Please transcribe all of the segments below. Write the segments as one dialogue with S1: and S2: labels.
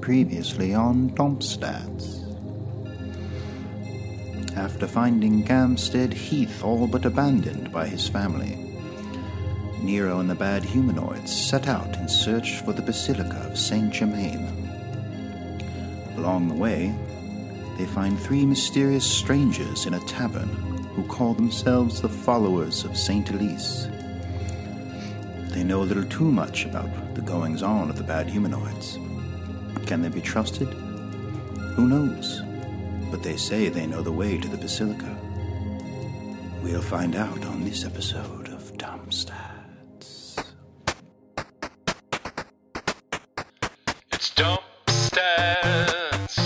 S1: previously on Dompstats. After finding Gamstead Heath all but abandoned by his family, Nero and the bad humanoids set out in search for the Basilica of Saint Germain. Along the way, they find three mysterious strangers in a tavern who call themselves the followers of Saint Elise. They know a little too much about the goings on of the bad humanoids. Can they be trusted? Who knows? But they say they know the way to the Basilica. We'll find out on this episode of Dumpstats.
S2: It's Dump Stats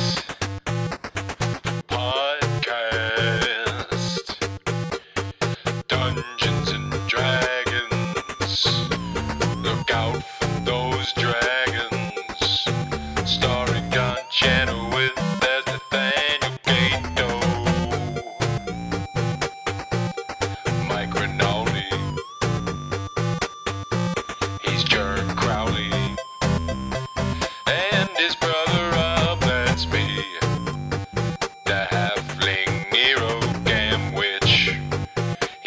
S2: Podcast Dungeons and Dragons. Look out for those dragons. Starring John Channel with as Nathaniel Gato. Mike Rinaldi. He's Jerk Crowley and his brother Rob, that's me. The halfling Nero Gamwich.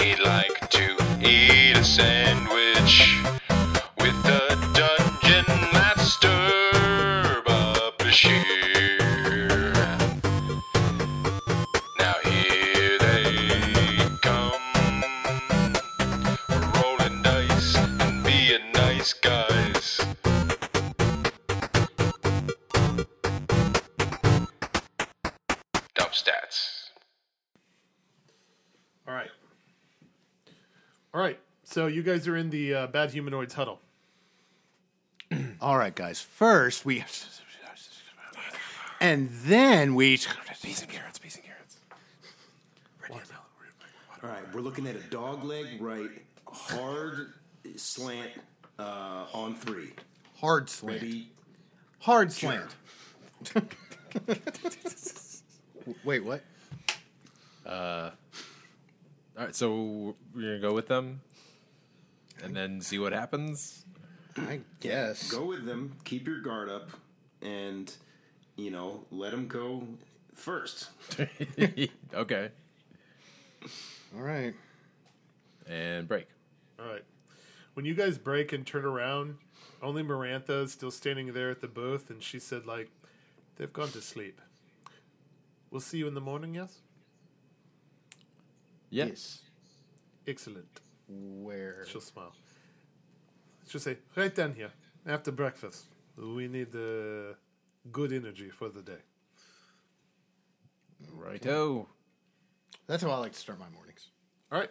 S2: He'd like to eat a sandwich with the dungeon master, Bob Bashir. Now here they come. We're rolling dice and being nice guys. Dump stats.
S3: All right. All right. So you guys are in the uh, bad humanoids huddle.
S4: All right, guys. First, we. And then we.
S5: Peas and carrots, peas and carrots.
S6: All right, we're looking at a dog leg right, hard slant uh, on three.
S4: Hard slant.
S6: Ready?
S4: Hard slant. Wait, what?
S5: All right, so we're gonna go with them, and then see what happens.
S4: I guess.
S6: Go with them. Keep your guard up, and you know let them go first.
S5: okay,
S4: All right.
S5: and break.
S3: All right. When you guys break and turn around, only Marantha is still standing there at the booth, and she said, like, they've gone to sleep. We'll see you in the morning, yes?
S5: Yes.
S3: Excellent.
S4: Where?
S3: She'll smile. She'll say, right down here, after breakfast. We need uh, good energy for the day.
S5: Righto.
S4: That's how I like to start my mornings.
S3: All right.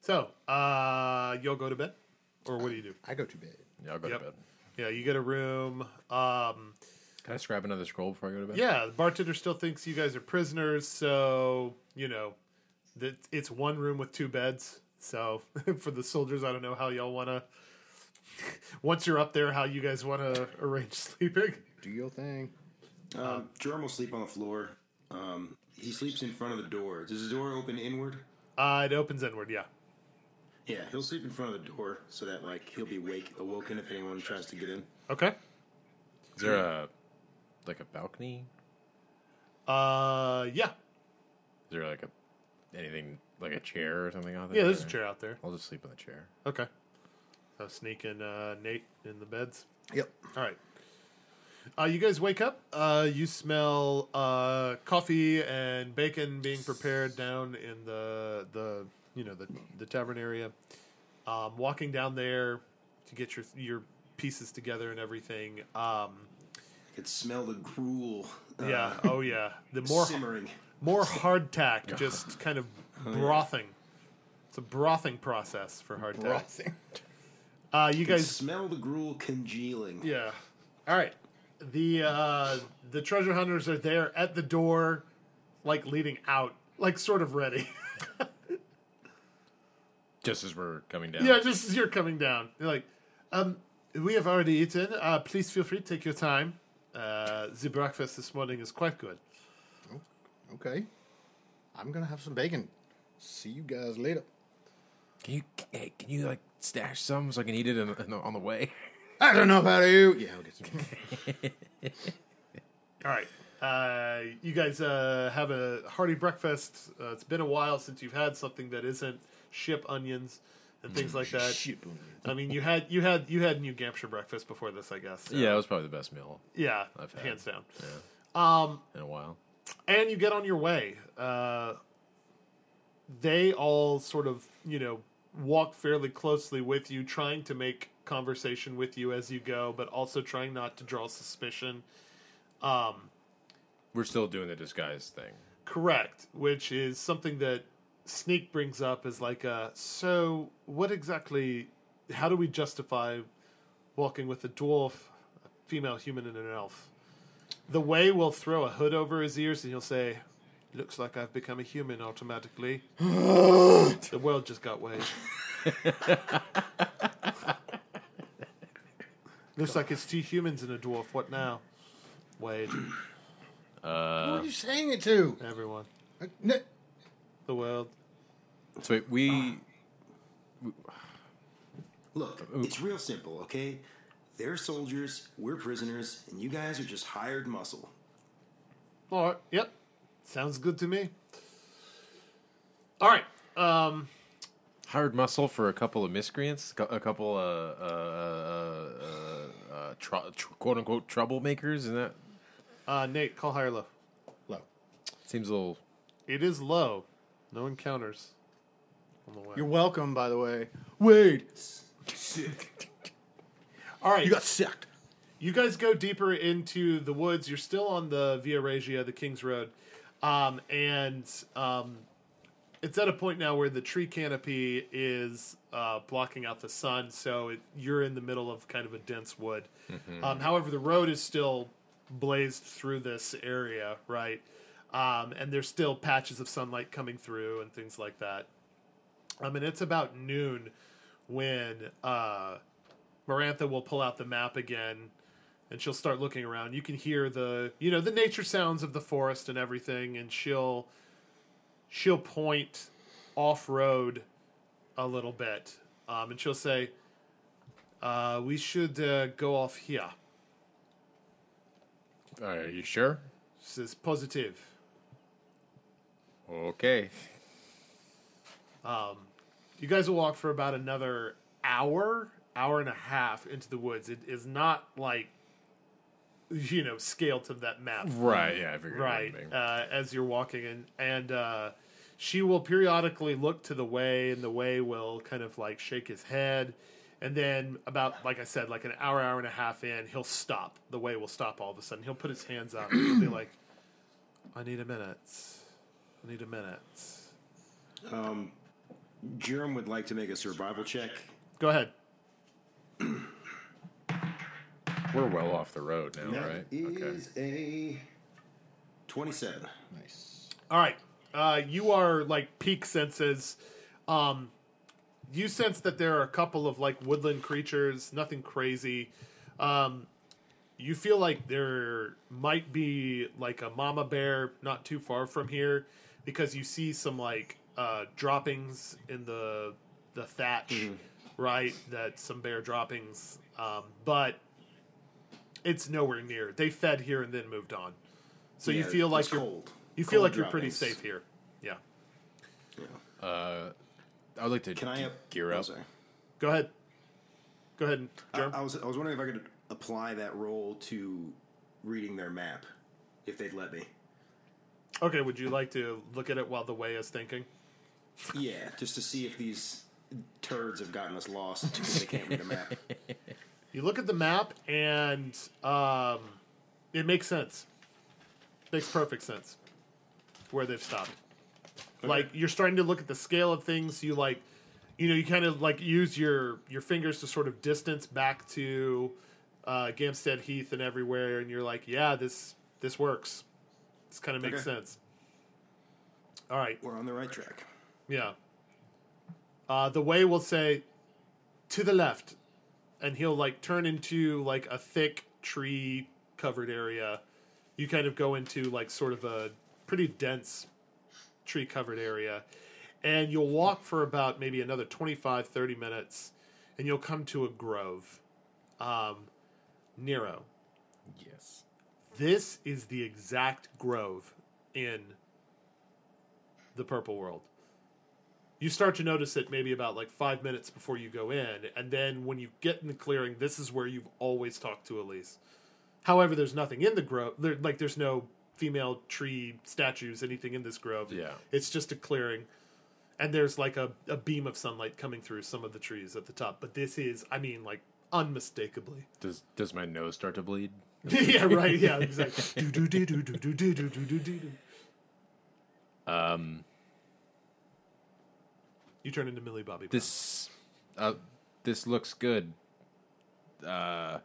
S3: So, uh, you'll go to bed? Or what do you do?
S4: I go to bed.
S5: Yeah, I'll go
S3: Yep.
S5: to bed.
S3: Yeah, you get a room. Um,
S5: Can I just grab another scroll before I go to bed?
S3: yeah, the bartender still thinks you guys are prisoners, so you know that it's one room with two beds. So for the soldiers, I don't know how y'all want to. Once you're up there, how you guys want to arrange sleeping?
S4: Do your thing.
S6: Um, Jerm will sleep on the floor. Um, he sleeps in front of the door. Does the door open inward?
S3: Uh, it opens inward. Yeah.
S6: Yeah, he'll sleep in front of the door so that like he'll be wake awoken if anyone tries to get in.
S3: Okay.
S5: Is there a like a balcony?
S3: Uh, yeah,
S5: Is there like a anything like a chair or something out there?
S3: yeah. There's a chair out there.
S5: I'll just sleep in the chair.
S3: Okay. So sneaking uh, Nate in the beds.
S4: Yep.
S3: All right. Uh, you guys wake up. Uh, you smell uh, coffee and bacon being prepared down in the the you know the the tavern area. Um, walking down there to get your your pieces together and everything. Um,
S6: I could smell the gruel. Uh,
S3: yeah. Oh yeah. The more
S6: simmering.
S3: more hardtack, just kind of
S4: Oh,
S3: brothing. It's a brothing process for hardtack.
S4: Brothing.
S3: Uh, you guys
S6: Smell the gruel congealing.
S3: Yeah. All right. The uh, the treasure hunters are there at the door, like leading out, like sort of ready.
S5: Just as we're coming down.
S3: yeah, just as you're coming down, they're like, um, "We have already eaten. Uh, please feel free to take your time. Uh, the breakfast this morning is quite good."
S4: Okay. I'm going to have some bacon. See you guys later.
S5: Can you hey, can you like stash some so I can eat it in, in the, on the way?
S4: I don't know about you. Yeah, we'll get some.
S3: All right. Uh, you guys uh, have a hearty breakfast. Uh, it's been a while since you've had something that isn't ship onions and things
S5: Mm,
S3: like that.
S4: Shit, boom.
S3: I mean, you had you had you had New Hampshire breakfast before this, I guess. so-
S5: Yeah, it was probably the best meal
S3: yeah,
S5: I've had.
S3: hands down.
S5: in a while.
S3: and you get on your way. Uh, they all sort of, you know, walk fairly closely with you, trying to make conversation with you as you go, but also trying not to draw suspicion.
S5: We're still doing the disguise thing.
S3: Correct, which is something that Sneak brings up as like, uh, so what exactly, how do we justify walking with a dwarf, a female human, and an elf? The way will throw a hood over his ears and he'll say, Looks like I've become a human automatically. the world just got weighed. Looks like it's two humans and a dwarf. What now? Wade,
S4: Who are you saying it to?
S3: everyone,
S4: Uh, n-
S3: the world.
S5: So wait,
S3: Ah.
S5: we
S6: Look, it's real simple, okay? They're soldiers, we're prisoners, and you guys are just hired muscle.
S3: All right. Yep. Sounds good to me. All right. Um,
S5: hired muscle for a couple of miscreants, cou- a couple of uh, uh, uh, uh, tr- tr- quote unquote troublemakers, and that
S3: uh, Nate, call higher low.
S4: low.
S5: seems a little.
S3: It is low. No encounters. On the way.
S4: You're welcome, by the way. Wade,
S3: All right.
S4: you got sucked.
S3: you guys go deeper into the woods. You're still on the Via Regia, the King's Road, um, and um, it's at a point now where the tree canopy is uh, blocking out the sun, so it, you're in the middle of kind of a dense wood.
S4: Mm-hmm.
S3: Um, however, the road is still blazed through this area, right? Um, and there's still patches of sunlight coming through and things like that. I mean, it's about noon when uh, Marantha will pull out the map again and she'll start looking around. You can hear the you know the nature sounds of the forest and everything, and she'll she'll point off road a little bit, um, and she'll say, uh, "We should uh, go off here."
S5: Are you sure?
S3: She says positive.
S5: Okay.
S3: You guys will walk for about another hour, hour and a half into the woods. It is not like you know scaled to that map.
S5: Right. Yeah. I figured. it would
S3: right
S5: be.
S3: uh, as you're walking and and uh, she will periodically look to the way and the way will kind of like shake his head and then about like i said like an hour hour and a half in he'll stop the way will stop all of a sudden he'll put his hands out and he'll be like i need a minute i need a minute
S6: Jerem would like to make a survival check.
S3: go ahead
S5: We're well off the road now,
S6: That
S5: right?
S6: is a 27.
S4: Nice.
S3: All right. Uh, you are like peak senses. Um, you sense that there are a couple of like woodland creatures, nothing crazy. Um, you feel like there might be like a mama bear not too far from here because you see some like uh, droppings in the the thatch,
S6: Mm-hmm.
S3: right? That some bear droppings, um, but it's nowhere near. They fed here and then moved on. So you
S6: Yeah,
S3: feel
S6: it's
S3: like you're
S6: cold.
S3: you feel
S6: Cold
S3: like you're pretty
S6: droppings.
S3: safe here. Yeah.
S5: I would like to
S6: Can I up,
S5: gear
S6: oh,
S5: up.
S6: sorry.
S3: Go ahead. Go ahead,
S6: I,
S3: Jerm.
S6: I was I was wondering if I could apply that role to reading their map, if they'd let me.
S3: okay, would you like to look at it while the way is thinking?
S6: Yeah, just to see if these turds have gotten us lost because they can't read a map.
S3: You look at the map, and um, it makes sense. Makes perfect sense where they've stopped. Like you're starting to look at the scale of things. You like, you know, you kind of like use your your fingers to sort of distance back to uh, Gamstead Heath and everywhere, and you're like, yeah, this this works. This kind of makes
S6: Okay.
S3: sense. All right.
S6: We're on the right track.
S3: Yeah. Uh, the way will say to the left, and he'll like turn into like a thick tree covered area. You kind of go into like sort of a pretty dense tree covered area, and you'll walk for about maybe another 25 30 minutes, and you'll come to a grove. Um, Nero.
S5: Yes.
S3: This is the exact grove in the purple world. You start to notice it maybe about like five minutes before you go in, and then when you get in the clearing, this is where you've always talked to Elise. However, there's nothing in the grove. There, like there's no female tree statues, anything in this grove.
S5: Yeah.
S3: it's just a clearing, and there's like a, a beam of sunlight coming through some of the trees at the top. But this is, I mean, like unmistakably
S5: Does does my nose start to bleed?
S3: yeah, right. Yeah, exactly. do, do, do, do, do, do, do, do, do, do, do.
S5: Um,
S3: You turn into Millie Bobby. Brown.
S5: this uh, this looks good. Uh,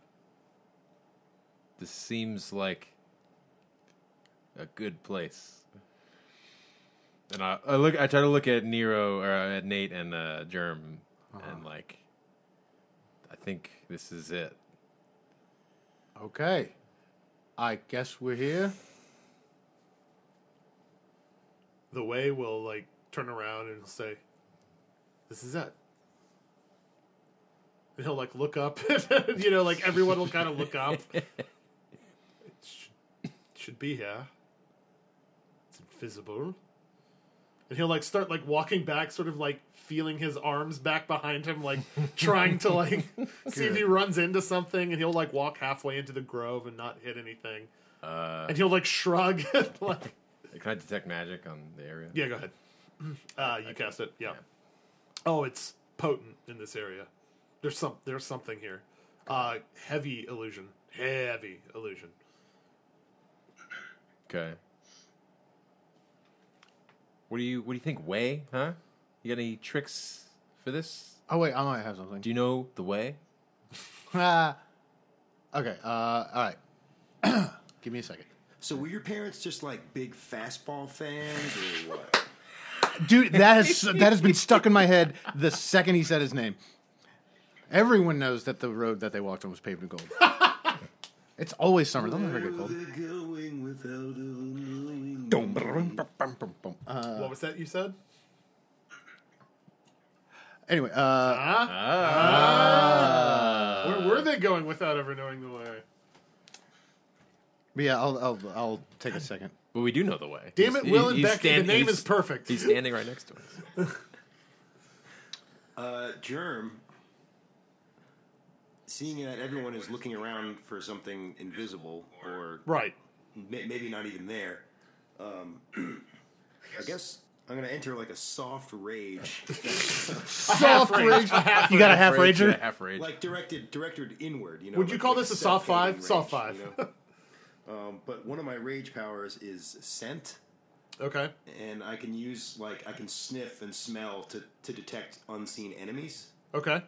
S5: this seems like a good place. And I, I look. I try to look at Nero or uh, at Nate and uh, Germ,
S6: Uh-huh.
S5: and like, I think this is it.
S4: Okay. I guess we're here.
S3: the way will like turn around and say, "This is it." And he'll like look up. you know, like everyone will kind of look up. it should, should be here. It's invisible. And he'll like start like walking back, sort of like feeling his arms back behind him, like trying to like see if he runs into something. And he'll like walk halfway into the grove and not hit anything. Uh, and he'll like shrug. and, like,
S5: Can I detect magic on the area?
S3: yeah, go ahead. Uh, you cast it. Yeah. Oh, it's potent in this area. There's some. There's something here. Uh, heavy illusion. Heavy illusion.
S5: Okay. What do you What do you think? Way? Huh? You got any tricks for this?
S4: Oh wait, I might have something.
S5: Do you know the way?
S4: Ah. okay. Uh, all right. Give me a second,
S6: So were your parents just like big fastball fans or what?
S4: dude. That has that has been stuck in my head the second he said his name. Everyone knows that the road that they walked on was paved in gold. it's always summer. They'll never get cold.
S6: going without a knowing.
S4: Uh,
S3: what was that you said?
S4: anyway, uh,
S3: Huh? Where were they going without ever knowing the way?
S4: but yeah, I'll, I'll I'll take a second.
S5: But we do know the way.
S3: Damn it,
S5: He's-
S3: Will and
S5: he- he's
S3: Becky.
S5: stand-
S3: the name
S5: he's-
S3: is perfect.
S5: He's standing right next to us.
S6: Uh, Germ, seeing that everyone is looking around for something invisible or
S3: Right.
S6: may- maybe not even there, um, I guess I'm going to enter like a soft rage,
S4: Soft rage. You got a half
S5: Yeah,
S4: rager.
S5: half rage.
S6: like directed directed inward. You know.
S3: Would you
S6: like-
S3: call
S6: like
S3: this a soft five?
S6: self-hating
S3: Soft five.
S6: rage, you know? um, but one of my rage powers is scent.
S3: Okay.
S6: and I can use like I can sniff and smell to to detect unseen enemies.
S3: Okay.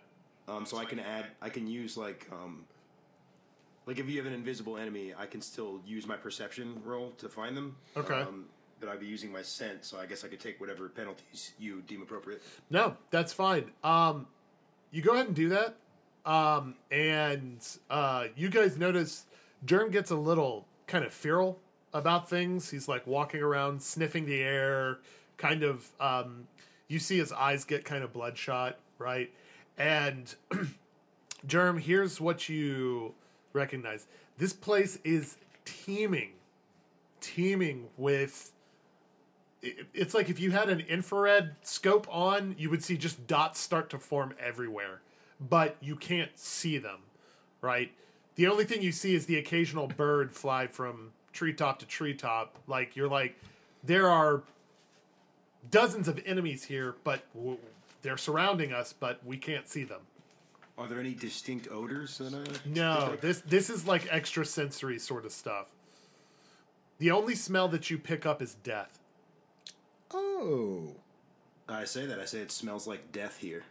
S6: Um, so I can add I can use like um, like if you have an invisible enemy, I can still use my perception roll to find them.
S3: Okay.
S6: Um, but I'd be using my scent, so I guess I could take whatever penalties you deem appropriate.
S3: No, that's fine. Um, you go ahead and do that. Um, and uh, you guys notice Germ gets a little kind of feral about things. He's like walking around, sniffing the air, kind of. Um, you see his eyes get kind of bloodshot, right? And Germ, here's what you recognize this place is teeming, teeming with it- it's like if you had an infrared scope on, you would see just dots start to form everywhere, but you can't see them, right? The only thing you see is the occasional bird fly from treetop to treetop. Like you're like, there are dozens of enemies here, but w- they're surrounding us, but we can't see them.
S6: Are there any distinct odors that I
S3: No, this this is like extrasensory sort of stuff. The only smell that you pick up is death.
S4: Oh,
S6: I say that I say it smells like death here,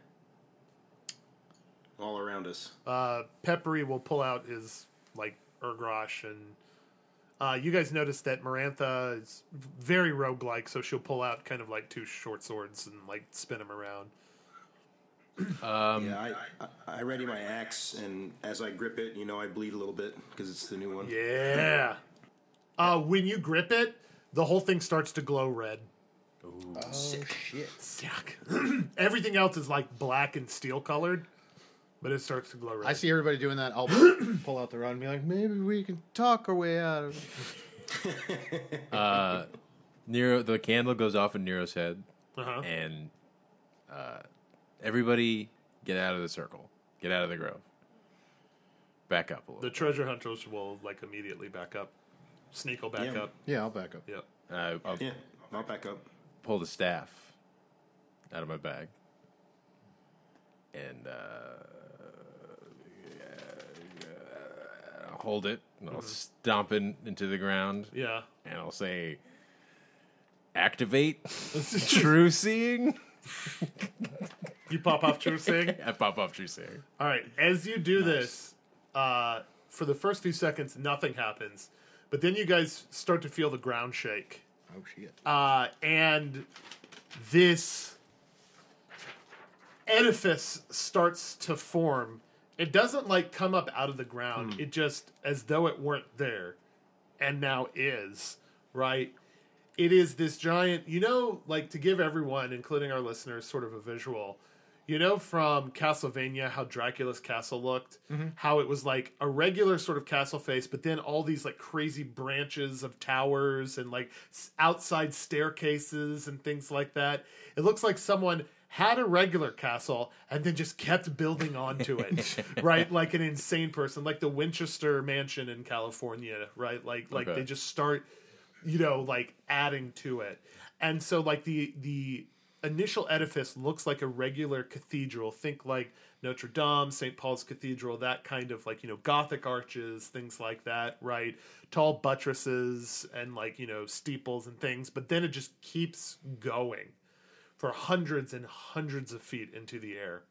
S6: all around us.
S3: uh, Peppery will pull out his like ergrosh and uh, you guys notice that Marantha is very roguelike, so she'll pull out kind of like two short swords and like spin them around.
S6: Yeah, I, I, I ready my axe, and as I grip it, you know, I bleed a little bit because it's the new one.
S3: Yeah. Uh, when you grip it, the whole thing starts to glow red.
S6: Sick.
S3: Sick. Everything else is like black and steel colored, but it starts to glow red.
S4: I see everybody doing that. I'll pull out the rod and be like, maybe we can talk our way out of it.
S5: Nero, the candle goes off in Nero's head,
S3: Uh-huh.
S5: and uh, everybody get out of the circle, get out of the grove, back up a
S3: The
S5: little.
S3: treasure hunters will like immediately back up. Sneak will back
S6: Yeah.
S3: up.
S4: Yeah, I'll back up.
S3: Yep.
S5: Uh, I'll
S6: Yeah, I'll back up.
S5: pull the staff out of my bag, and uh, uh, hold it, and I'll stomp it into the ground,
S3: Yeah.
S5: and I'll say, "Activate true seeing."
S3: You pop off true seeing.
S5: I pop off true seeing.
S3: All right. As you do this, uh, for the first few seconds, nothing happens, but then you guys start to feel the ground shake.
S4: Oh, shit.
S3: uh, and this edifice starts to form. It doesn't like come up out of the ground. It just as though it weren't there, and now is right. It is this giant, you know, like to give everyone, including our listeners, sort of a visual. You know, from Castlevania, how Dracula's castle looked, how it was like a regular sort of castle face, but then all these like crazy branches of towers and like s- outside staircases and things like that. It looks like someone had a regular castle and then just kept building onto it, right? Like an insane person, like the Winchester Mansion in California, right? Like, like
S5: Okay.
S3: they just start you know like adding to it and so like the the initial edifice looks like a regular cathedral think like notre dame st paul's cathedral that kind of like you know gothic arches things like that right tall buttresses and like you know steeples and things but then it just keeps going for hundreds and hundreds of feet into the air,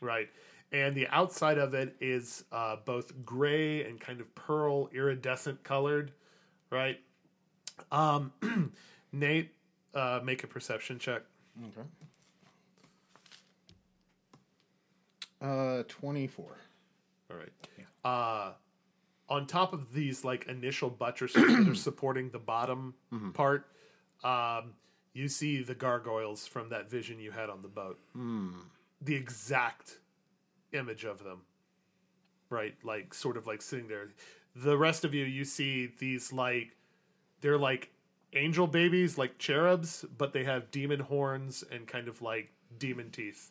S3: right? And the outside of it is uh, both gray and kind of pearl iridescent colored, right? Um, Nate, uh, make a perception check.
S4: Uh, 24.
S3: All right. Uh, on top of these like initial buttresses that are supporting the bottom part, um, you see the gargoyles from that vision you had on the boat. The exact image of them, right? Like sort of like sitting there. The rest of you, you see these like they're like angel babies, like cherubs, but they have demon horns and kind of like demon teeth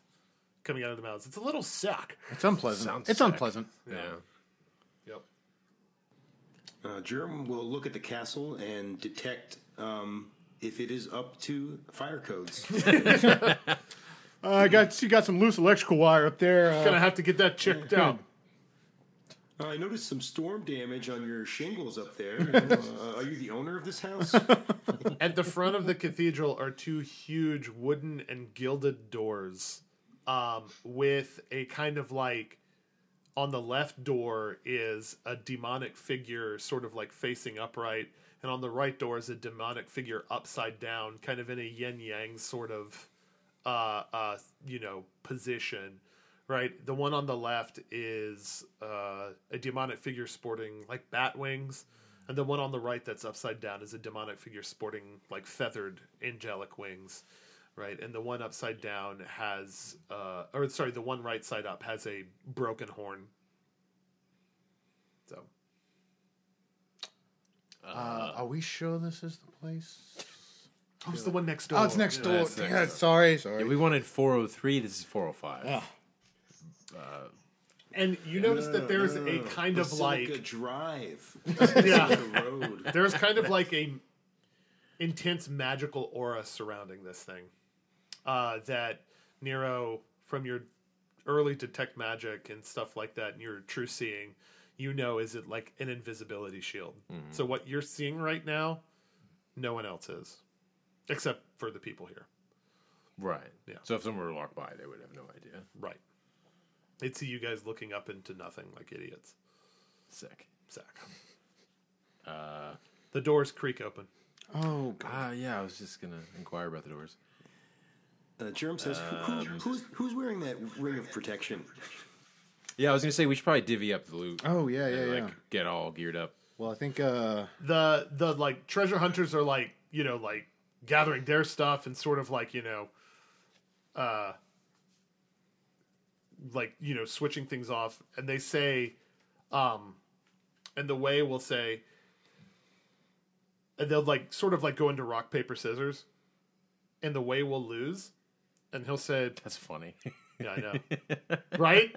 S3: coming out of the mouths. It's a little suck.
S4: It's unpleasant.
S5: Sounds
S4: it's
S5: sick.
S4: unpleasant.
S5: Yeah.
S3: Yep.
S6: Uh, Jerem will look at the castle and detect um, if it is up to fire codes.
S4: Uh, I got you got some loose electrical wire up there. uh,
S3: Gonna have to get that checked out.
S6: Uh, I noticed some storm damage on your shingles up there. Uh, are you the owner of this house? All
S3: At the front of the cathedral are two huge wooden and gilded doors, um, with a kind of like on the left door is a demonic figure, sort of like facing upright, and on the right door is a demonic figure upside down, kind of in a yin yang sort of uh, uh, you know, position, right? The one on the left is uh, a demonic figure sporting like bat wings, and the one on the right that's upside down is a demonic figure sporting like feathered angelic wings, right? And the one upside down has, uh, or sorry, the one right side up has a broken horn. So
S4: Uh, are we sure this is the place?
S3: who's the one next door?
S4: Oh, it's next door.
S5: that's next
S4: Yeah,
S5: door.
S4: sorry, sorry.
S5: Yeah, we wanted 403. This is 405.
S4: Ah.
S3: And you notice that there's a kind of like
S6: Basilica drive,
S3: yeah.
S6: the road.
S3: there's kind of like a intense magical aura surrounding this thing uh, that Nero, from your early detect magic and stuff like that, and your true seeing, you know, is it like an invisibility shield. So what you're seeing right now, no one else is, except for the people here.
S5: Right.
S3: Yeah.
S5: So if someone were to walk by, they would have no idea.
S3: Right. They'd see you guys looking up into nothing like idiots.
S5: Sick.
S3: Sack. Uh, the doors creak open.
S4: Oh, God.
S5: Ah, yeah. I was just gonna inquire about the doors.
S6: Uh, Jerem says, who, who, who's, who's wearing that ring of protection?
S5: Yeah, I was gonna say we should probably divvy up the loot.
S4: Oh, yeah, yeah,
S5: and,
S4: yeah.
S5: like get all geared up.
S4: well, I think uh,
S3: the the like treasure hunters are like you know like gathering their stuff and sort of like you know uh like you know switching things off and they say um and the way will say and they'll like sort of like go into rock paper scissors and the way will lose and he'll say
S5: That's funny.
S3: yeah i know right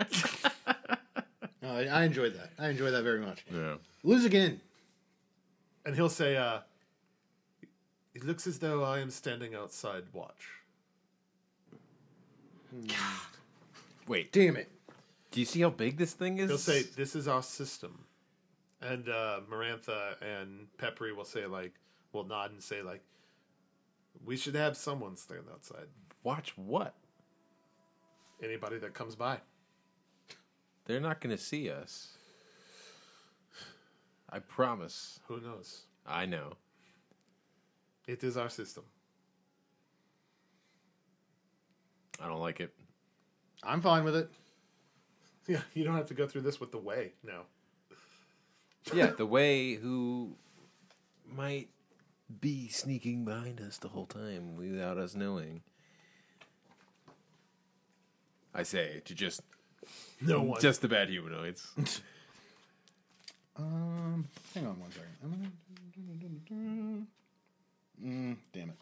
S4: No, I, I enjoyed that. I enjoyed that very much.
S5: yeah.
S4: Lose again.
S3: and he'll say uh it looks as though i am standing outside watch
S5: Wait, do
S4: Damn it.
S5: you see how big this thing is?
S3: He'll say, "This is our system," and uh, Marantha and Peppery will say, like, will nod and say, like, "We should have someone stand outside.
S5: Watch what?
S3: Anybody that comes by."
S5: They're not going to see us. I promise.
S3: Who knows?
S5: I know.
S3: It is our system.
S5: I don't like it.
S4: I'm fine with it.
S3: Yeah, you don't have to go through this with the way now.
S5: Yeah, the way who might be sneaking behind us the whole time without us knowing. I say to just
S3: No one.
S5: just the bad humanoids.
S4: Um, hang on one second. I'm gonna- Mm, damn it.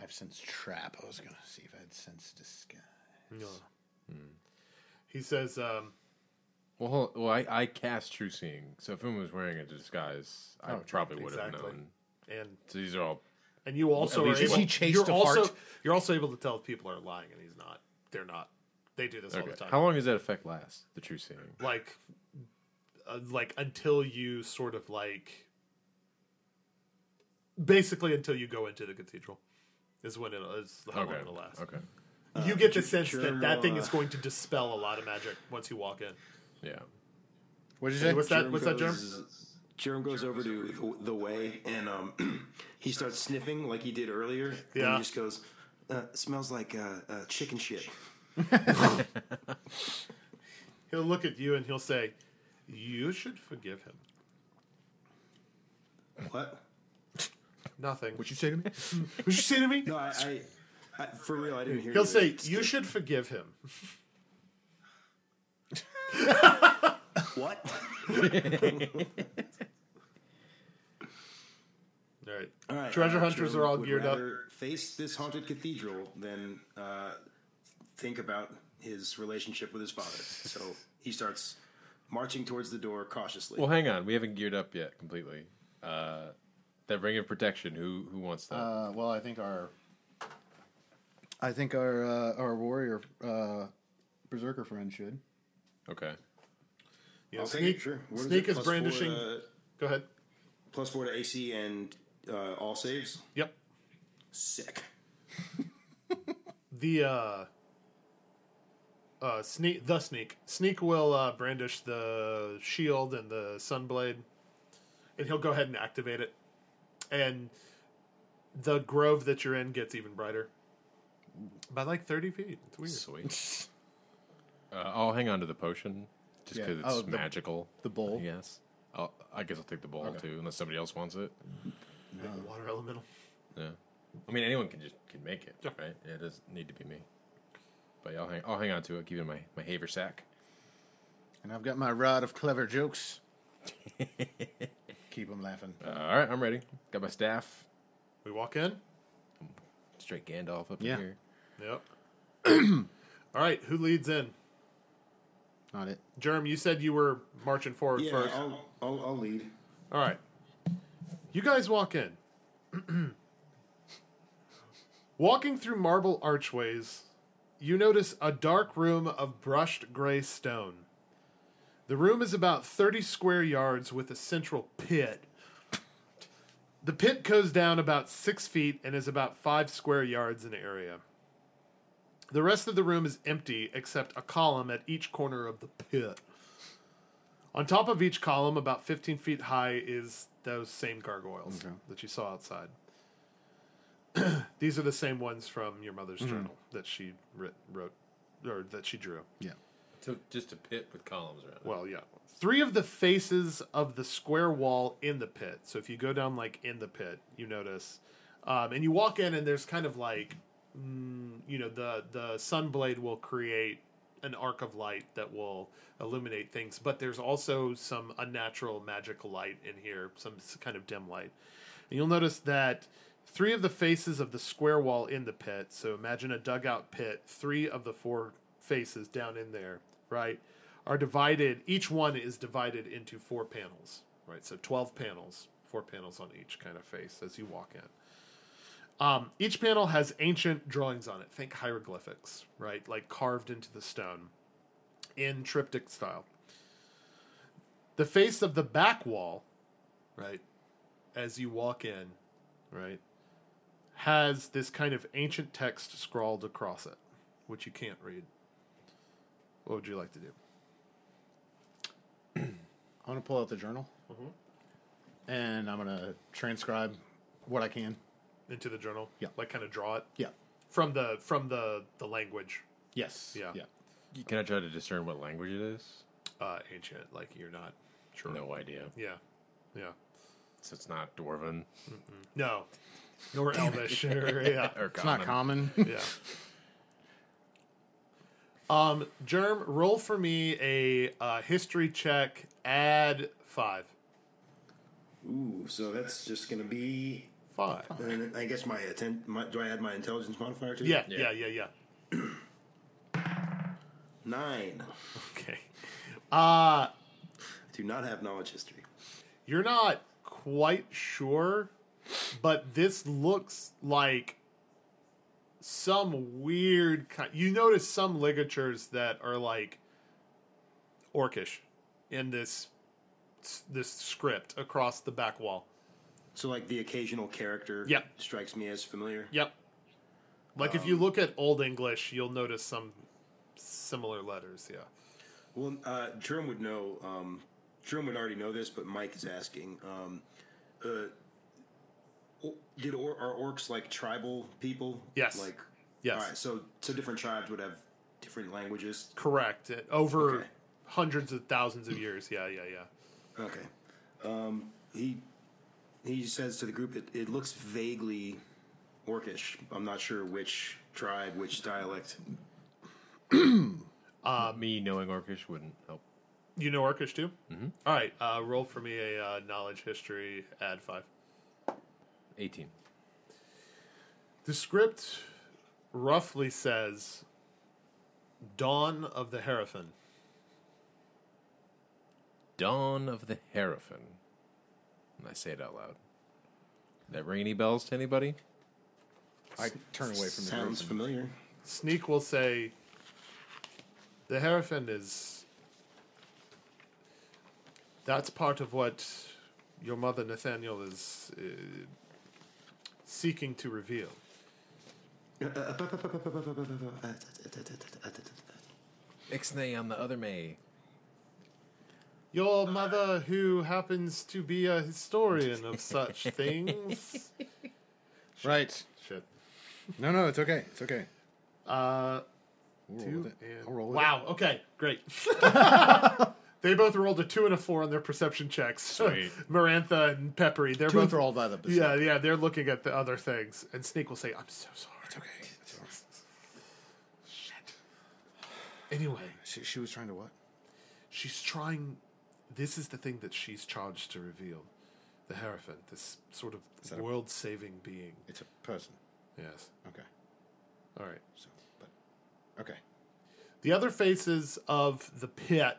S4: I've sensed trap. I was going to see if I'd sensed disguise.
S3: No. He says, um,
S5: well, hold, well, I, I cast true seeing, so if Uma was wearing a disguise, I
S3: Oh,
S5: probably would have
S3: exactly.
S5: known.
S3: and
S5: So these are all
S3: and you also
S5: At
S3: are
S5: least
S3: able,
S5: he
S4: chased
S3: you're
S4: a
S3: also
S4: fart.
S3: you're also able to tell if people are lying, and he's not. They're not. They do this all
S5: okay.
S3: the time.
S5: How long does that effect last? The true seeing.
S3: like uh, like until you sort of like basically until you go into the cathedral is when it'll is how
S5: okay.
S3: long it'll last.
S5: Okay.
S3: You get the sense that
S6: sure,
S3: that thing
S6: uh,
S3: is going to dispel a lot of magic once you walk in.
S5: Yeah.
S4: What did you say?
S3: What's that? What's that, Germ?
S6: Jerem goes over to the way and um, he starts sniffing like he did earlier. And
S3: Yeah.
S6: he just goes, uh, smells like uh, uh, chicken shit.
S3: He'll look at you and he'll say, "You should forgive him."
S6: What?
S3: Nothing.
S4: What you say to me?
S3: Would you say to me?
S6: No, I, I, I for real, I didn't hear.
S3: He'll
S6: you.
S3: say, "You should forgive him."
S6: what?
S3: All right.
S6: All right,
S3: Treasure
S6: uh,
S3: hunters
S6: Jerem
S3: are all
S6: would
S3: geared up.
S6: rather Face this haunted cathedral than uh, think about his relationship with his father. So he starts marching towards the door cautiously.
S5: Well, hang on. We haven't geared up yet completely. Uh, that ring of protection. Who who wants that?
S4: Uh, well, I think our, I think our uh, our warrior uh, berserker friend should.
S5: okay.
S3: You know,
S6: I'll take
S3: sneak
S6: it, sure. What
S3: Sneak
S6: it?
S3: is
S6: Plus four to,
S3: brandishing-
S6: uh,
S3: Go ahead.
S6: plus four to AC and uh, all saves.
S3: Yep.
S6: Sick.
S3: the uh uh sneak the sneak sneak will uh brandish the shield and the sunblade and he'll go ahead and activate it and the grove that you're in gets even brighter by like 30 feet it's weird
S5: Sweet. uh, I'll hang on to the potion just
S4: Yeah.
S5: because it's
S4: Oh, the-
S5: magical.
S4: the bowl?
S5: Yes. I'll, I guess I'll take the bowl too, unless somebody else wants it.
S3: Make a water elemental
S5: Yeah. I mean, anyone can just can make it,
S3: Yeah.
S5: right? Yeah, it doesn't need to be me. But yeah, I'll hang. I'll hang on to it. Give it my my haversack.
S4: And I've got my rod of clever jokes. Keep them laughing.
S5: Uh, all right, I'm ready. Got my staff.
S3: we walk in
S5: Straight Gandalf up in
S4: Yeah.
S5: here.
S3: yep all right who leads in
S4: Not it.
S3: Jerm, you said you were marching forward
S6: Yeah,
S3: first.
S6: I'll, I'll, I'll lead.
S3: All right. You guys walk in. Walking through marble archways, you notice a dark room of brushed gray stone. The room is about 30 square yards with a central pit. The pit goes down about six feet and is about five square yards in area. The rest of the room is empty except a column at each corner of the pit. On top of each column, about 15 feet high, is those same gargoyles that you saw outside. These are the same ones from your mother's journal that she writ- wrote or that she drew.
S4: Yeah.
S5: So just a pit with columns around. it.
S3: Well, yeah. Three of the faces of the square wall in the pit. So if you go down like in the pit, you notice, um, and you walk in, and there's kind of like, mm, you know, the the sunblade will create an arc of light that will illuminate things, but there's also some unnatural magical light in here, some s- kind of dim light. And you'll notice that three of the faces of the square wall in the pit, so imagine a dugout pit, three of the four faces down in there, right, are divided, each one is divided into four panels, right? So 12 panels, four panels on each kind of face as you walk in. Um, each panel has ancient drawings on it. Think hieroglyphics, right? Like carved into the stone in triptych style. The face of the back wall, right, as you walk in, right, has this kind of ancient text scrawled across it, which you can't read. What would you like to do?
S4: I'm gonna pull out the journal, and I'm gonna transcribe what I can.
S3: Into the journal?
S4: Yeah.
S3: Like kind of draw it
S4: Yeah.
S3: from the from the the language
S4: Yes.
S3: Yeah.
S4: Yeah.
S5: Can I try to discern what language it is?
S3: uh ancient like you're not sure.
S5: No idea.
S3: Yeah. Yeah.
S5: So it's not dwarven
S3: No. Nor Elvish. or, yeah.
S5: or
S4: It's not common.
S3: Yeah. Um, Germ, roll for me a uh, history check. Add five.
S6: Ooh, so that's just gonna be.
S3: Five.
S6: And I guess my atten- my, do I add my intelligence modifier to it?
S3: Yeah, yeah, yeah, yeah.
S6: Nine.
S3: Okay. Uh,
S6: I do not have knowledge history.
S3: You're not quite sure, but this looks like some weird kind. You notice some ligatures that are like orcish in this this script across the back wall.
S6: So like the occasional character
S3: Yep.
S6: strikes me as familiar.
S3: Yep. Like if you look at Old English, you'll notice some similar letters. Yeah.
S6: Well, uh, Jerm would know. Um, Jerm would already know this, but Mike is asking. Um, uh, o- did or, are orcs like tribal people?
S3: Yes.
S6: Like
S3: Yes.
S6: All right. So so different tribes would have different languages.
S3: Correct. It- Over
S6: Okay.
S3: hundreds of thousands of years. Yeah. Yeah. Yeah.
S6: Okay. Um, he he says to the group, it, it looks vaguely orcish. I'm not sure which tribe, which dialect.
S5: Me knowing Orcish wouldn't help.
S3: You know Orcish too. Mm-hmm. All right. Uh, roll for me a uh, knowledge history. Add five.
S5: 18.
S3: The script roughly says Dawn of the Hierophant.
S5: Dawn of the Hierophant. And I say it out loud. That ring any bells to anybody?
S4: I turn away from the
S6: Sounds
S4: group.
S6: familiar.
S3: Sneak will say the Hierophant is. That's part of what your mother Nathaniel is uh, seeking to reveal.
S5: Ixnay on the other May.
S3: Your mother, who happens to be a historian of such things.
S4: Right.
S3: Shit.
S4: No, no, it's okay. It's okay.
S3: Uh,
S4: We'll roll
S3: two
S4: with it.
S3: and
S4: I'll roll with
S3: wow. Okay. Great. they both rolled a two and a four on their perception checks.
S5: Sweet.
S3: Marantha and Peppery. They're
S4: it. Two
S3: both
S4: are all by the
S3: Yeah, yeah, they're looking at the other things, and Snake will say, "I'm so sorry." It's okay. Shit. Anyway,
S4: She, she was trying to what?
S3: she's trying. This is the thing that she's charged to reveal: the Hierophant, this sort of
S4: that a-
S3: world-saving being.
S4: It's a person.
S3: Yes.
S4: Okay.
S3: All right.
S4: So, but okay.
S3: The other faces of the pit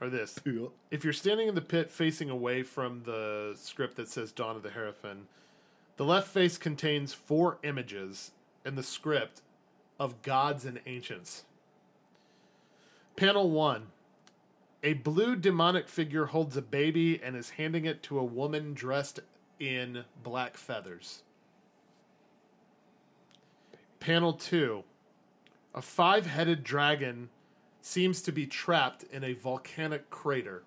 S3: are this. If you're standing in the pit facing away from the script that says Dawn of the Hierophant, the left face contains four images in the script of gods and ancients. Panel one A blue demonic figure holds a baby and is handing it to a woman dressed in black feathers. Panel two a five headed dragon seems to be trapped in a volcanic crater.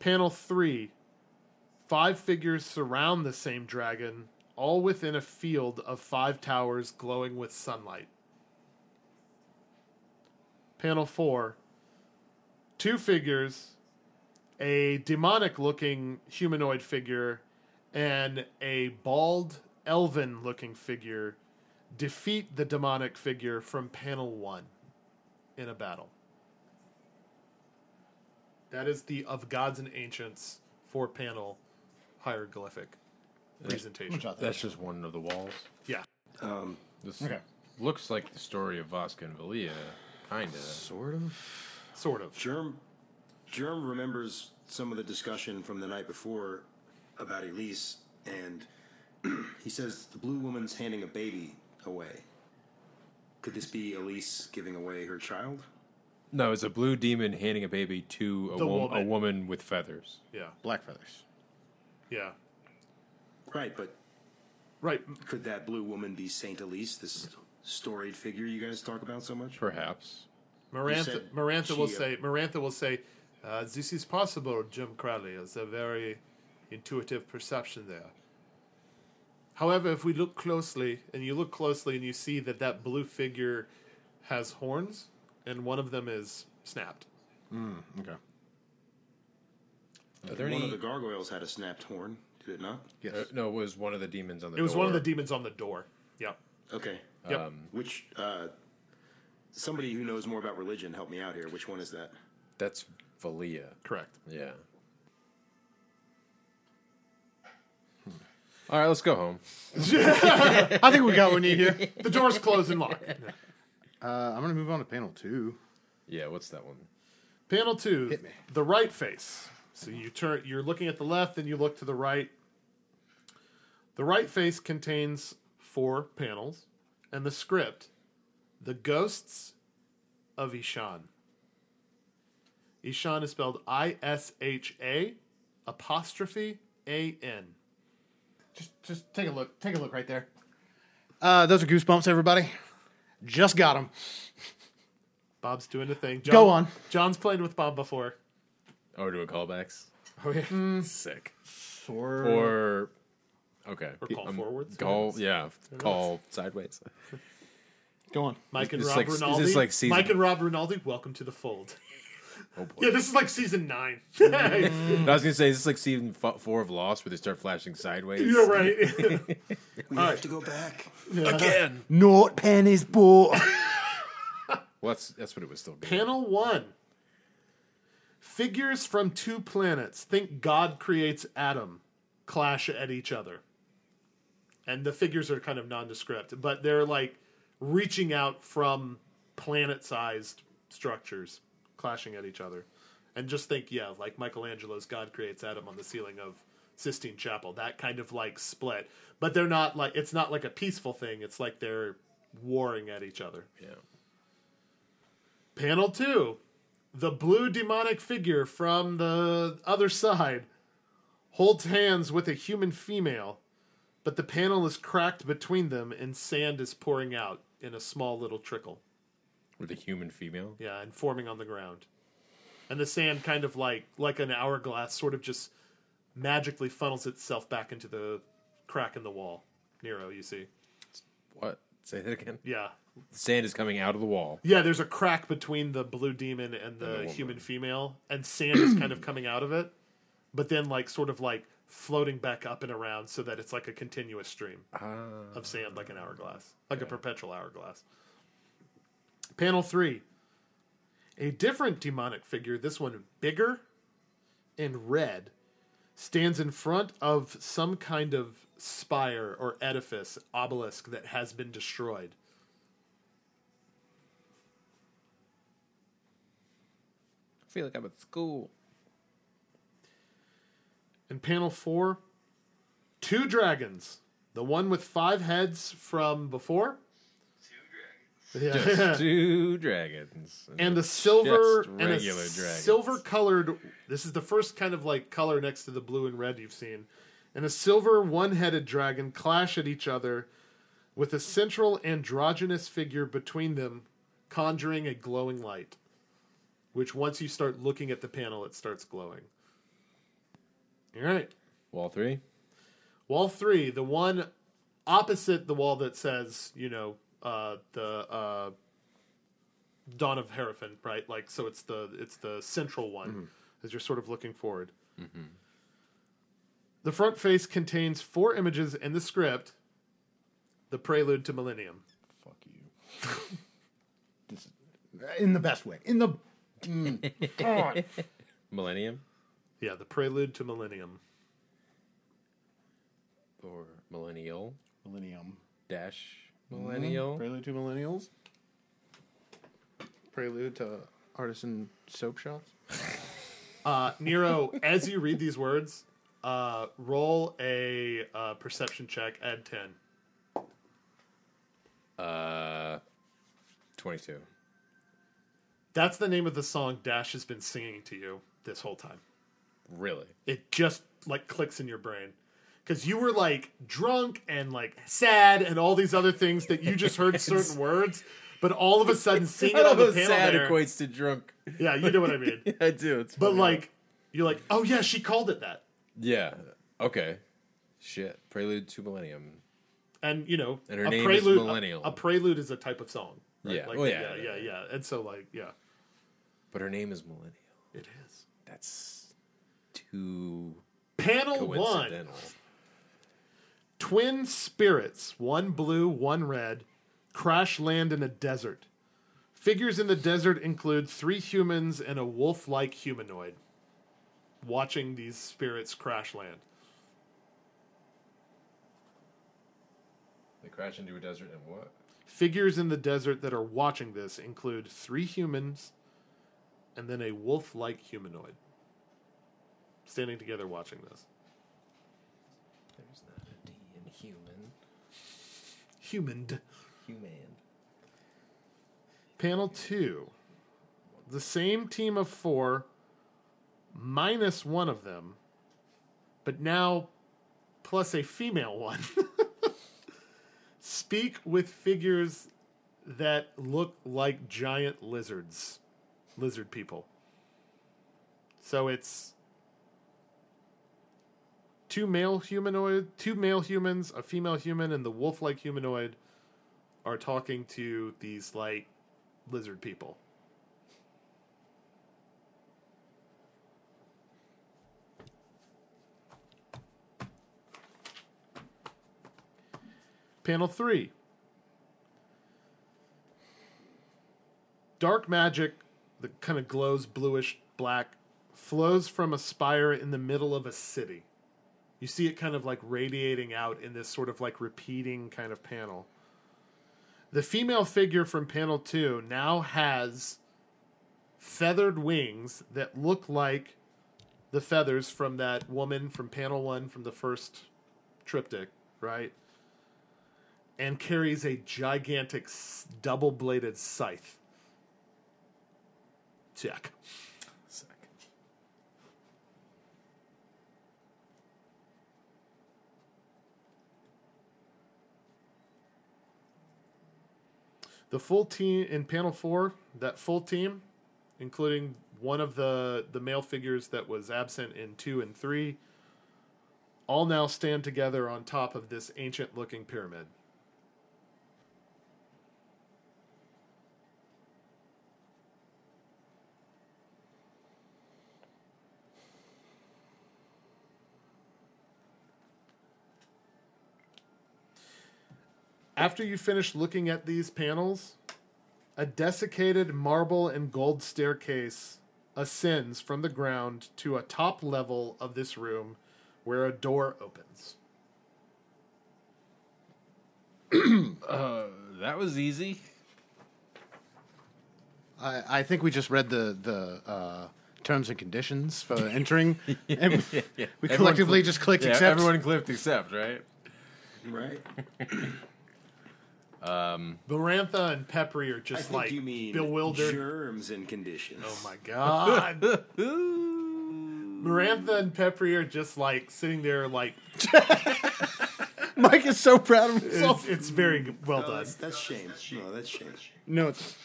S3: Panel 3 Five figures surround the same dragon, all within a field of five towers glowing with sunlight. Panel 4 Two figures, a demonic looking humanoid figure, and a bald elven looking figure defeat the demonic figure from panel one in a battle. That is the of gods and ancients four panel hieroglyphic presentation.
S5: That's just one of the walls.
S3: Yeah.
S6: Um,
S5: This looks like the story of Vasca and Valia, kinda.
S4: Sort of.
S3: Sort of.
S6: Germ, Germ remembers some of the discussion from the night before about Elise, and he says the blue woman's handing a baby away. Could this be Elise giving away her child?
S5: No, it's a blue demon handing a baby to a,
S3: The
S5: wo- a
S3: woman.
S5: woman with feathers.
S3: Yeah.
S4: Black feathers.
S3: Yeah.
S6: Right, but
S3: Right.
S6: could that blue woman be Saint Elise, this storied figure you guys talk about so much?
S5: Perhaps.
S3: Marantha,
S6: said
S3: Marantha will
S6: she, uh,
S3: say, Marantha will say, uh, this is possible, Jim Crowley. It's a very intuitive perception there. However, if we look closely, and you look closely and you see that that blue figure has horns, and one of them is snapped.
S4: Okay.
S5: Are there
S6: One
S5: any?
S6: of the gargoyles had a snapped horn, did it not?
S4: Yes.
S5: uh, no, it was one of the demons on the.
S3: It was one of the
S5: door.
S3: demons on the door. Yep.
S6: Okay.
S3: Yep.
S6: Which, uh, somebody who knows more about religion, help me out here. Which one is that?
S5: That's Valia.
S3: correct.
S5: Yeah. Hmm. All right, let's go home.
S4: I think we got what we need here.
S3: The doors close and lock.
S4: Uh, I'm gonna move on to panel two.
S5: Yeah, what's that one?
S3: Panel two,
S4: Hit me.
S3: the right face. So you turn, you're looking at the left, then you look to the right. The right face contains four panels, and the script, the ghosts of Ishan. Ishan is spelled I S H A apostrophe A N.
S4: Just, just take a look. Take a look right there. Uh, those are goosebumps, everybody. Just got them.
S3: Bob's doing a thing. John,
S4: Go on.
S3: John's played with Bob before.
S5: Oh, we're doing callbacks.
S3: Oh yeah.
S5: Sick.
S4: Or,
S5: Or okay. Um,
S3: Or call forwards.
S5: Call yeah. Call sideways.
S4: go on.
S3: Mike and
S5: This is
S3: Rob
S5: like- this
S3: Rinaldi.
S5: is like season-
S3: Mike and Rob Rinaldi, welcome to the fold.
S5: Oh boy.
S3: Yeah, this is like season nine.
S5: I was gonna say is this like season fo- four of Lost where they start flashing sideways.
S3: You're right.
S6: We have to go back.
S4: Not pen is bought.
S5: Well, that's that's what it was still. Good.
S3: Panel one. Figures from two planets think God creates Adam clash at each other. And the figures are kind of nondescript, but they're like reaching out from planet sized structures, clashing at each other. And just think, yeah, like Michelangelo's God creates Adam on the ceiling of Sistine Chapel, that kind of like split. But they're not like, it's not like a peaceful thing, it's like they're warring at each other.
S5: Yeah.
S3: Panel two, the blue demonic figure from the other side holds hands with a human female, but the panel is cracked between them and sand is pouring out in a small little trickle.
S5: With a human female.
S3: Yeah, and forming on the ground. And the sand kind of like like an hourglass sort of just magically funnels itself back into the crack in the wall. Nero, you see.
S5: What? Say that again.
S3: Yeah.
S5: Sand is coming out of the wall.
S3: Yeah, there's a crack between the blue demon and the,
S5: woman.
S3: human female, and sand is kind of coming out of it, but then like sort of like floating back up and around so that it's like a continuous stream of sand, like an hourglass, like a perpetual hourglass. Panel three. A different demonic figure, this one bigger and red, stands in front of some kind of spire or edifice, obelisk that has been destroyed.
S5: I feel like I'm at school.
S3: In panel four, two dragons. The one with five heads from before. Two dragons. Yeah.
S5: Two dragons.
S3: and the silver
S5: Just
S3: and a
S5: regular dragons.
S3: silver colored this is the first kind of like color next to the blue and red you've seen. And a silver one-headed dragon clash at each other with a central androgynous figure between them conjuring a glowing light. Which once you start looking at the panel it starts glowing. All right.
S5: wall three.
S3: Wall three, the one opposite the wall that says, you know, uh, the uh, Dawn of Herifin, right? Like, so it's the it's the central one as you're sort of looking forward. The front face contains four images in the script. The prelude to Millennium.
S4: Fuck you. this is, in the best way. In the mm, God.
S5: Millennium
S3: Yeah, the prelude to Millennium.
S5: or millennial
S4: Millennium.
S5: dash millennial.
S3: Mm-hmm.
S4: Prelude to millennials. Prelude to artisan soap shops.
S3: Uh, Nero, as you read these words, uh, roll a uh, perception check. Add ten.
S5: Uh, twenty-two.
S3: That's the name of the song Dash has been singing to you this whole time.
S5: Really?
S3: It just like clicks in your brain because you were like drunk and like sad and all these other things that you just heard certain words, but all of a sudden seeing it on the panel
S5: sad
S3: there,
S5: equates to drunk.
S3: yeah, you know what I mean.
S5: I do. It's
S3: But
S5: funny.
S3: like, you're like, oh yeah, she called it that,
S5: yeah. Okay. Shit. Prelude to Millennium.
S3: and you know,
S5: And her name is
S3: a-
S5: Millennial.
S3: A, prelude is a type of song.
S5: Yeah.
S3: Like,
S5: Oh,
S3: yeah,
S5: yeah.
S3: yeah, yeah. And so like, yeah,
S5: But her name is Millennial.
S3: it is.
S5: That's too
S3: Panel one.
S5: coincidental.
S3: Twin spirits, one blue, one red, crash land in a desert. Figures in the desert include three humans and a wolf like humanoid watching these spirits crash land.
S5: They crash into a desert and what?
S3: Figures in the desert that are watching this include three humans and then a wolf like humanoid standing together watching this.
S5: There's not a D in human.
S3: Humaned.
S5: Human.
S3: Panel two. The same team of four, minus one of them, but now plus a female one, speak with figures that look like giant lizards, lizard people. So it's two male humanoid, two male humans, a female human, and the wolf-like humanoid are talking to these like lizard people. Panel three. Dark magic that kind of glows bluish black flows from a spire in the middle of a city. You see it kind of like radiating out in this sort of like repeating kind of panel. The female figure from panel two now has feathered wings that look like the feathers from that woman from panel one from the first triptych, right? And carries a gigantic double bladed scythe. Check.
S5: Suck.
S3: the full team in panel four that full team including one of the the male figures that was absent in two and three all now stand together on top of this ancient looking pyramid After you finish looking at these panels, a desiccated marble and gold staircase ascends from the ground to a top level of this room where a door opens.
S5: That was easy.
S4: I, I think we just read the the uh, terms and conditions for entering. and we, we
S5: Everyone
S4: collectively
S5: cli-
S4: just clicked
S5: yeah,
S4: accept.
S5: Everyone clicked except, right?
S6: Right?
S3: Barantha and Peppery are
S6: I
S3: just
S6: think
S3: like
S6: you mean
S3: bewildered.
S6: germs and conditions.
S3: Oh my god. Marantha and Peppery are just like sitting there like
S4: Mike is so proud of
S3: it's,
S4: himself.
S3: it's very well
S6: Oh,
S3: done.
S6: that's, that's shame. No, that's shame.
S4: no, it's,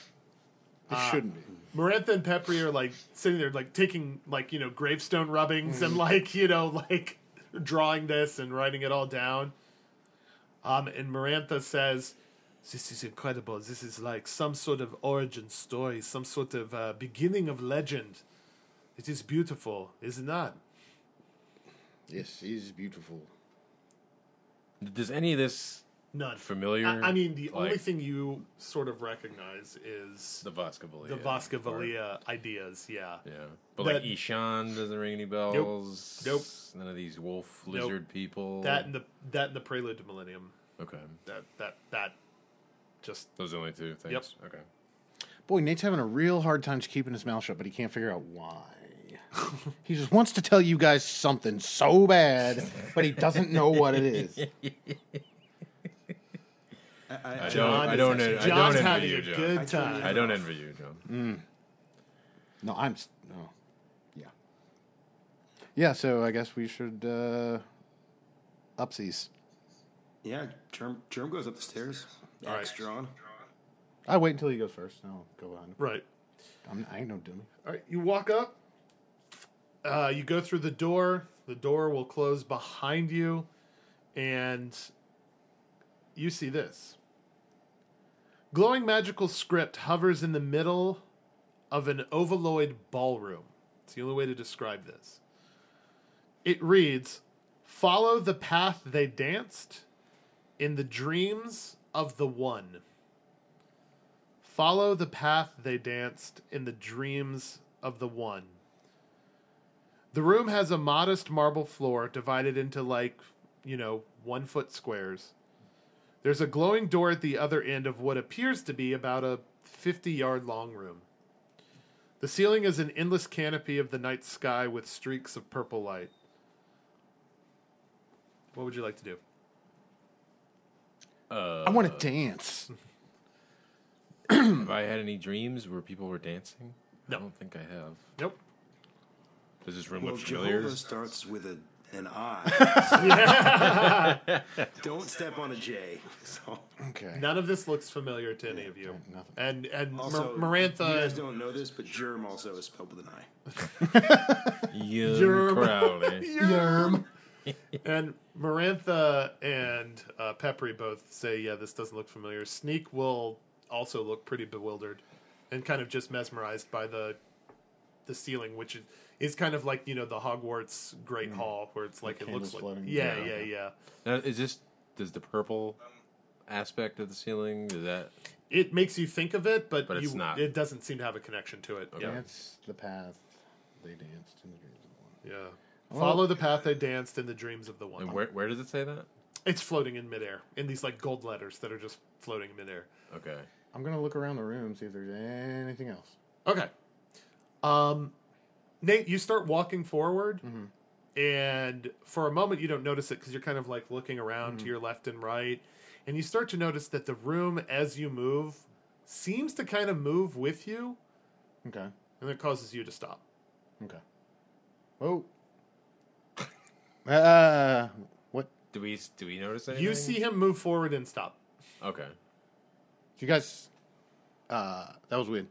S4: it shouldn't be.
S3: Marantha and Peppery are like sitting there, like taking like you know gravestone rubbings
S5: Mm-hmm.
S3: and like you know like drawing this and writing it all down. Um, and Marantha says, "This is incredible. This is like some sort of origin story, some sort of uh, beginning of legend. It is beautiful, is it not?"
S4: Yes, he's beautiful.
S5: Does any of this
S3: None.
S5: Familiar,
S3: I, I mean, the only
S5: like-
S3: thing you sort of recognize is
S5: The Vascavalia.
S3: the Vasca Valia ideas. Yeah.
S5: Yeah. But like
S3: That-
S5: Ishan doesn't ring any bells.
S3: Nope.
S5: None of these wolf
S3: Nope.
S5: lizard people.
S3: That and the that and the Prelude to Millennium.
S5: Okay.
S3: That that that just
S5: Those are the only two things.
S3: Yep.
S5: Okay.
S4: Boy, Nate's having a real hard time just keeping his mouth shut, but he can't figure out why. he just wants to tell you guys something so bad, but he doesn't know what it is.
S6: I, I,
S5: I
S3: John
S5: don't I
S3: is actually-
S5: don't, en- I
S3: John's
S5: don't envy
S3: having
S5: you,
S3: a
S5: John.
S3: good time.
S5: I don't envy you, John.
S4: No, I'm. s- No. Yeah. Yeah, so I guess we should uh, upsies.
S6: yeah, Germ, Germ goes up the stairs.
S3: All right.
S6: Axe drawn.
S4: I wait until he goes first. and I'll go on.
S3: right.
S4: I'm, I ain't no dummy.
S3: All right, you walk up. Uh, you go through the door. The door will close behind you, and you see this. Glowing magical script hovers in the middle of an ovaloid ballroom. It's the only way to describe this. It reads Follow the path they danced in the dreams of the one. Follow the path they danced in the dreams of the one. The room has a modest marble floor divided into like, you know, one foot squares. There's a glowing door at the other end of what appears to be about a 50 yard long room. The ceiling is an endless canopy of the night sky with streaks of purple light. What would you like to do?
S4: I want to dance.
S5: Have I had any dreams where people were dancing?
S3: No.
S5: I don't think I have.
S3: Nope.
S5: Does this room
S6: Well,
S5: look familiar?
S6: Jehovah starts with a, an I. Don't step on a J. So,
S4: Okay.
S3: None of this looks familiar to any of you.
S4: nothing.
S3: And and Mar-
S6: also,
S3: Marantha
S6: You guys don't know this, but Germ also is spelled with an I.
S5: Young
S3: Germ.
S5: Crowley.
S4: Yerm.
S3: And Marantha and uh, Peppery both say, "Yeah, this doesn't look familiar." Sneak will also look pretty bewildered and kind of just mesmerized by the the ceiling, which is, is kind of like you know the Hogwarts Great Hall, where it's like it looks
S4: candles
S3: like
S4: floating.
S3: yeah,
S4: Yeah.
S3: yeah, yeah,
S5: now, is this does the purple
S3: Um,
S5: aspect of the ceiling? Is that
S3: It makes you think of it, but,
S5: But
S3: you,
S5: it's not.
S3: It doesn't seem to have a connection to it. Yeah,
S4: Dance the path they danced in the dreams of the one.
S3: yeah. Follow the path they danced in the dreams of the one.
S5: and where where does it say that?
S3: It's floating in midair in these like gold letters that are just floating in midair.
S5: Okay.
S4: I'm gonna look around the room, see if there's anything else.
S3: Okay. Um, Nate, you start walking forward, and for a moment you don't notice it because you're kind of like looking around to your left and right, and you start to notice that the room as you move seems to kind of move with you,
S4: Okay.
S3: and it causes you to stop.
S4: Okay. Oh. Uh, what?
S5: Do we do we notice anything?
S3: You see him move forward and stop.
S5: Okay.
S4: You guys. Uh, that was weird.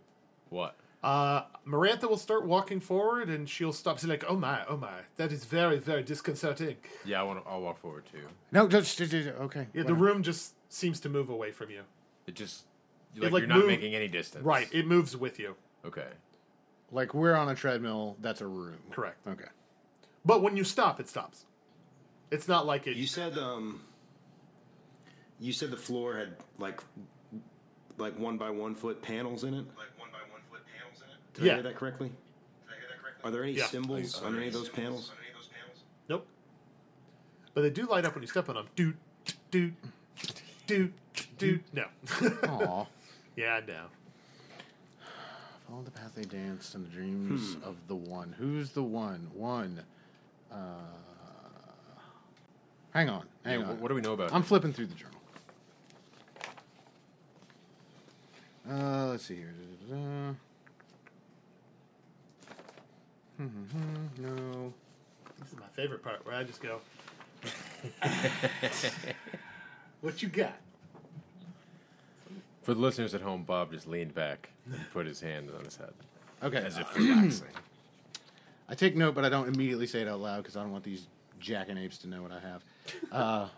S5: What?
S3: Uh, Marantha will start walking forward, and she'll stop. She's like, "Oh my, oh my, that is very, very disconcerting."
S5: Yeah, I want. to. I'll walk forward too.
S4: No, just, just- just- okay.
S3: Yeah, the room just seems to move away from you.
S5: It just like,
S3: like,
S5: you're not
S3: moved-
S5: making any distance.
S3: Right, it moves with you.
S5: okay.
S4: Like we're on a treadmill. That's a room.
S3: Correct.
S4: Okay.
S3: But when you stop, it stops. It's not like it.
S6: You said um. You said the floor had like, like one by one foot panels in it. Like one by one foot panels in it. Did I
S3: Yeah.
S6: hear that correctly? Are there any
S3: Yeah.
S6: symbols on any of those panels?
S3: nope. But they do light up when you step on them. Doot, doot, doot, doot. No.
S4: Aw.
S3: yeah, no.
S4: Follow the path they danced in the dreams
S3: Hmm.
S4: of the one. Who's the one? One. Uh, hang on. Hang
S5: Yeah,
S4: on.
S5: wh- what do we know about?
S4: I'm
S5: him?
S4: flipping through the journal. Uh, let's see here. Da, da, da, da. Hmm, hmm, hmm. No.
S3: This is my favorite part where I just go, What you got?
S5: For the listeners at home, Bob just leaned back and put his hand on his head
S4: Okay.
S5: as if relaxing.
S4: I take note, but I don't immediately say it out loud because I don't want these jackanapes to know what I have. Uh,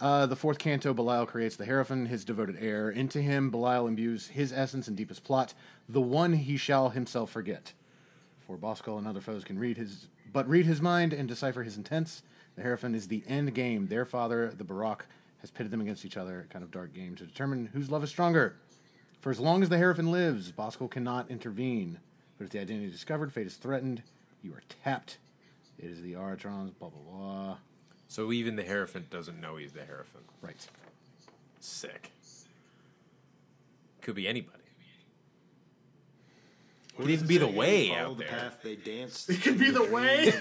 S4: uh, the fourth canto, Belial creates the Hierophant, his devoted heir. Into him, Belial imbues his essence and deepest plot, the one he shall himself forget. For Boskal and other foes can read his, but read his mind and decipher his intents. The Hierophant is the end game. Their father, the Barak, has pitted them against each other, a kind of dark game, to determine whose love is stronger. For as long as the Hierophant lives, Bosco cannot intervene. But if the identity is discovered, fate is threatened. You are tapped. It is the Aratron's blah, blah, blah.
S5: So even the Hierophant doesn't know he's the Hierophant.
S4: Right.
S5: Sick. Could be anybody.
S6: Could
S5: even be the way
S6: Follow
S5: out
S6: the
S5: there.
S6: path they danced.
S3: It could be the way.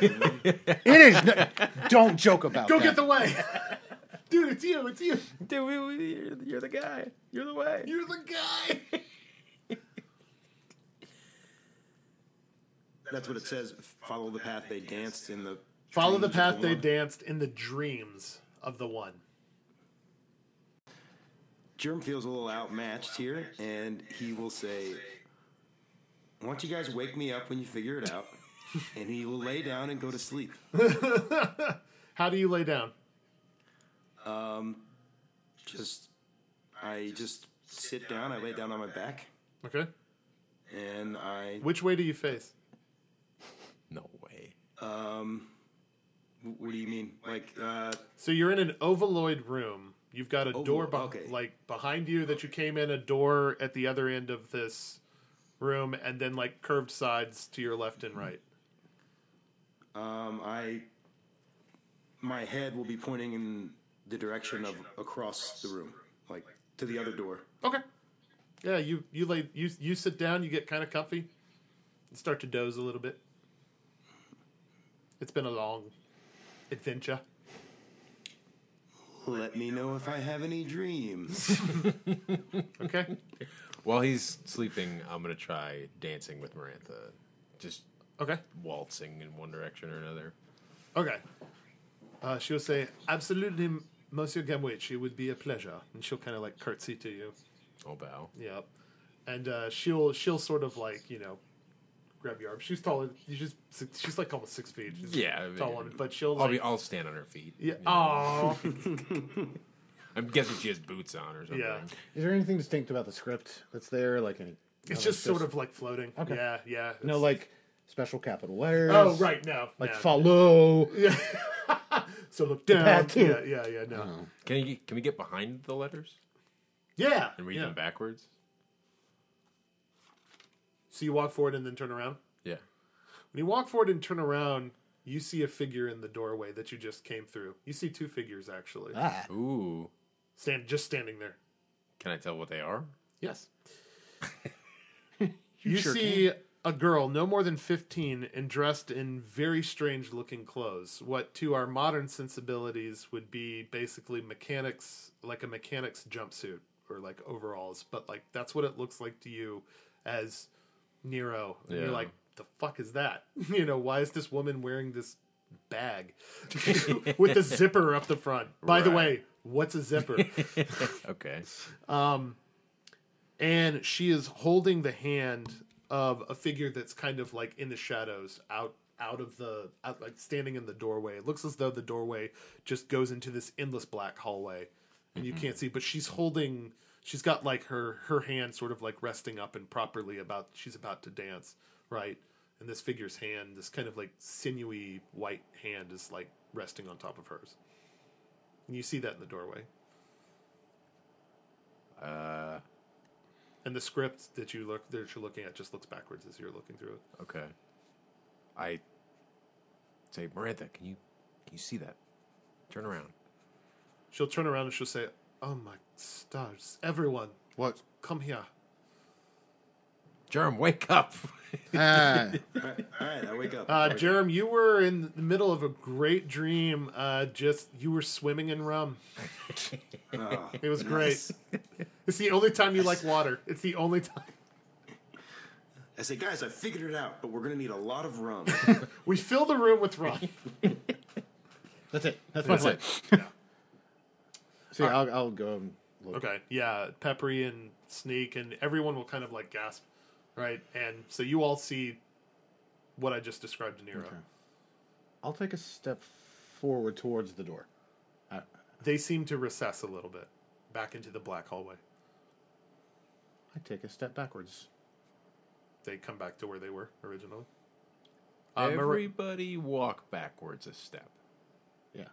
S4: It is. No, don't joke about
S3: Go
S4: that.
S3: get the way. Dude, it's you. It's you.
S5: Dude, you're the guy. You're the way.
S3: You're the guy.
S6: That's what it says. Follow the path they danced in the.
S3: Follow the
S6: dreams of
S3: path they
S6: one.
S3: danced in the dreams of the one.
S6: Germ feels a little outmatched here, and he will say, Why don't you guys wake me up when you figure it out? And he will lay down and go to sleep.
S3: How do you lay down?
S6: Just, I just sit down, I lay down on my back,
S3: Okay.
S6: and I.
S3: Which way do you face?
S5: No way.
S6: What do you mean? Like, uh,
S3: So you're in an ovaloid room. You've got a door
S6: Oval-
S3: beh-
S6: okay.
S3: like behind you that you came in a door at the other end of this room and then like curved sides to your left and right.
S6: um, I. My head will be pointing in the direction of across the room, like to the other door.
S3: Okay. Yeah, you you lay you you sit down, you get kind of comfy and start to doze a little bit. It's been a long adventure.
S6: Let me know if I have any dreams.
S3: Okay.
S5: While he's sleeping, I'm gonna try dancing with Marantha, just
S3: okay.
S5: waltzing in one direction or another.
S3: Okay. Uh, she'll say, "Absolutely, Monsieur Gamwich, it would be a pleasure." And she'll kind of like curtsy to you.
S5: I'll bow.
S3: Yep. And uh, she'll she'll sort of like you know grab your arm. She's taller. She's six, she's like almost six feet. She's
S5: Yeah, I
S3: a tall
S5: mean,
S3: woman, but she'll
S5: I'll
S3: like
S5: be. I'll stand on her feet.
S3: yeah.
S5: you know.
S3: Aw.
S5: I'm guessing she has boots on or something.
S3: Yeah.
S4: Is there anything distinct about the script that's there? Like any.
S3: It's just sort of like floating.
S4: Okay.
S3: Yeah, yeah.
S4: No,
S3: It's-
S4: like special capital letters.
S3: oh right, no,
S4: Like
S3: no.
S4: follow.
S3: So look down.
S4: path, too.
S3: Yeah, yeah, yeah. No.
S5: Can you? Can we get behind the letters
S3: Yeah.
S5: and read
S3: yeah.
S5: them backwards?
S3: So you walk forward and then turn around.
S5: Yeah.
S3: When you walk forward and turn around, you see a figure in the doorway that you just came through. You see two figures actually.
S4: Ah.
S5: Ooh.
S3: Stand just standing there.
S5: Can I tell what they are?
S3: Yes. you see a girl no more than 15 and dressed in very strange looking clothes. What to our modern sensibilities would be basically mechanics, like a mechanic's jumpsuit or like overalls, but like that's what it looks like to you as Nero. And
S5: Yeah.
S3: you're like, the fuck is that? You know, why is this woman wearing this bag with the zipper up the front? By the
S5: Right.
S3: way, what's a zipper?
S5: Okay.
S3: and she is holding the hand of a figure that's kind of like in the shadows out out of the out, like standing in the doorway it looks as though the doorway just goes into this endless black hallway and you can't see but she's holding she's got like her her hand sort of like resting up and properly about she's about to dance right and this figure's hand this kind of like sinewy white hand is like resting on top of hers and you see that in the doorway
S5: Uh.
S3: and the script that you look that you're looking at just looks backwards as you're looking through it
S5: Okay. I say, Marantha, can you can you see that? Turn around.
S3: She'll turn around and she'll say, "Oh my stars! Everyone,
S4: What?
S3: come here!"
S5: Germ, wake up.
S4: Ah.
S6: All right, all right I wake up.
S3: Uh, Jerem, you were in the middle of a great dream. Uh, just you were swimming in rum.
S6: Oh,
S3: It was great. It's the only time you like water. It's the only time.
S6: I say, guys, I figured it out, but we're gonna need a lot of rum.
S3: We fill the room with rum.
S4: That's it. That's my plan. See, I'll, I'll go and look.
S3: Okay, yeah, Peppery and Sneak and everyone will kind of like gasp, right? And so you all see what I just described to Nero.
S4: I'll take a step forward towards the door.
S3: They seem to recess a little bit back into the black hallway.
S4: I take a step backwards.
S3: They come back to where they were originally. Uh, Mar-
S5: Everybody walk backwards a step.
S4: Yeah.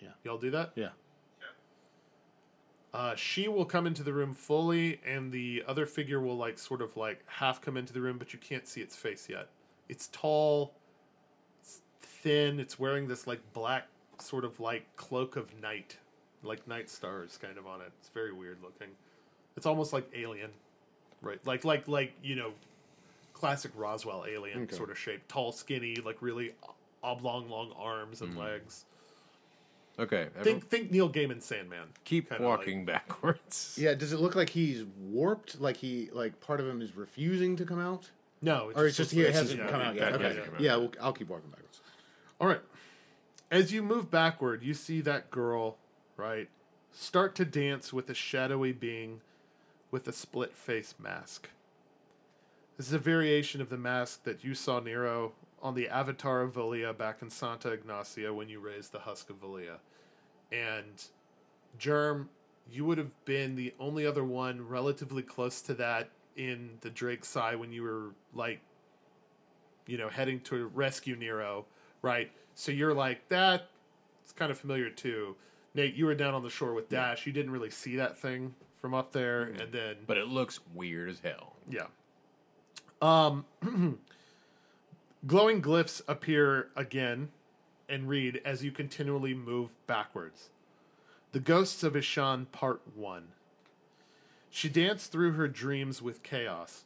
S4: Yeah.
S3: Y'all do that?
S4: Yeah.
S3: Uh, she will come into the room fully, and the other figure will like sort of like half come into the room, but you can't see its face yet. It's tall, it's thin. It's wearing this like black sort of like cloak of night, like night stars kind of on it. It's very weird looking. It's almost like alien, right? Like like like you know, classic Roswell alien
S4: Okay.
S3: sort of shape. Tall, skinny, like really oblong, long arms and legs.
S5: Okay, everyone,
S3: Think think Neil Gaiman Sandman.
S5: keep
S3: Kinda like-
S5: walking backwards.
S4: Yeah. Does it look like he's warped? Like he like part of him is refusing to come out,
S3: No,
S4: or it's just he
S3: looks-
S4: hasn't
S3: yeah,
S4: come out
S3: yeah,
S4: yet?
S3: yeah,
S4: okay.
S3: yeah.
S4: Yeah, we'll, I'll keep walking backwards.
S3: All right. As you move backward, you see that girl, right, start to dance with a shadowy being with a split face mask. This is a variation of the mask that you saw Nero on the avatar of Valia back in Santa Ignacia when you raised the husk of Valia. And Germ, you would have been the only other one relatively close to that in the Drake Sigh when you were like you know, heading to rescue Nero, right? So you're like, that. It's kind of familiar too. Nate, you were down on the shore with Dash. You didn't really see that thing from up there, and then
S5: But it looks weird as hell.
S3: yeah. Um, glowing glyphs appear again and read as you continually move backwards. The Ghosts of Ishan, Part 1. She danced through her dreams with chaos,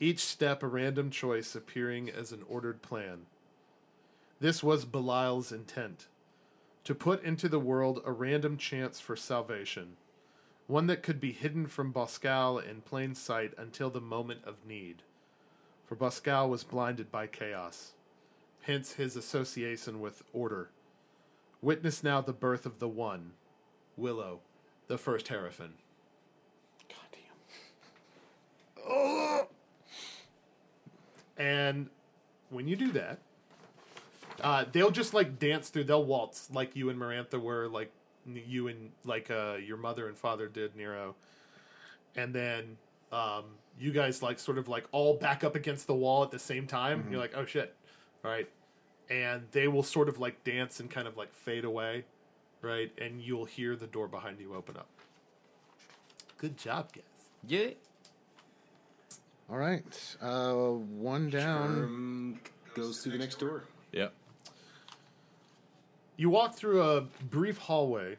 S3: each step a random choice appearing as an ordered plan. This was Belial's intent to put into the world a random chance for salvation one that could be hidden from Boscal in plain sight until the moment of need. For Boscal was blinded by chaos, hence his association with order. Witness now the birth of the One, Willow, the first Hierophant. Goddamn. And when you do that, uh, they'll just like dance through. They'll waltz like you and Marantha were, like n- you and like uh, your mother and father did Nero, and then um, you guys like sort of like all back up against the wall at the same time. You're like, oh shit, right? And they will sort of like dance and kind of like fade away, right? And you'll hear the door behind you open up. Good job, guys.
S5: Yeah.
S4: All right. Uh, one down.
S6: Germ goes through the next door.
S5: Yep.
S3: You walk through a brief hallway,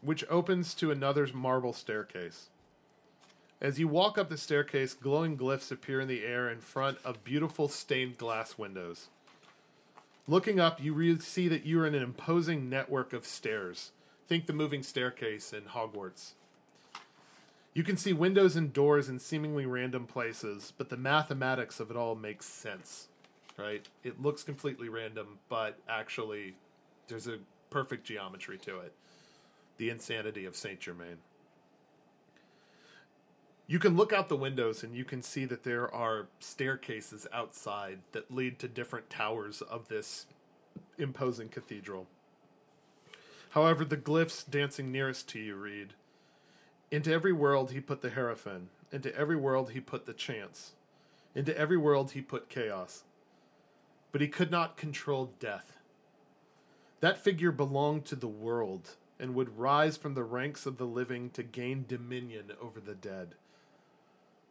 S3: which opens to another marble staircase. As you walk up the staircase, glowing glyphs appear in the air in front of beautiful stained glass windows. Looking up, you re- see that you're in an imposing network of stairs. Think the moving staircase in Hogwarts. You can see windows and doors in seemingly random places, but the mathematics of it all makes sense, right? It looks completely random, but actually, there's a perfect geometry to it. The insanity of Saint Germain. You can look out the windows and you can see that there are staircases outside that lead to different towers of this imposing cathedral. However, the glyphs dancing nearest to you read Into every world he put the Hierophant, into every world he put the chance, into every world he put chaos. But he could not control death. That figure belonged to the world and would rise from the ranks of the living to gain dominion over the dead.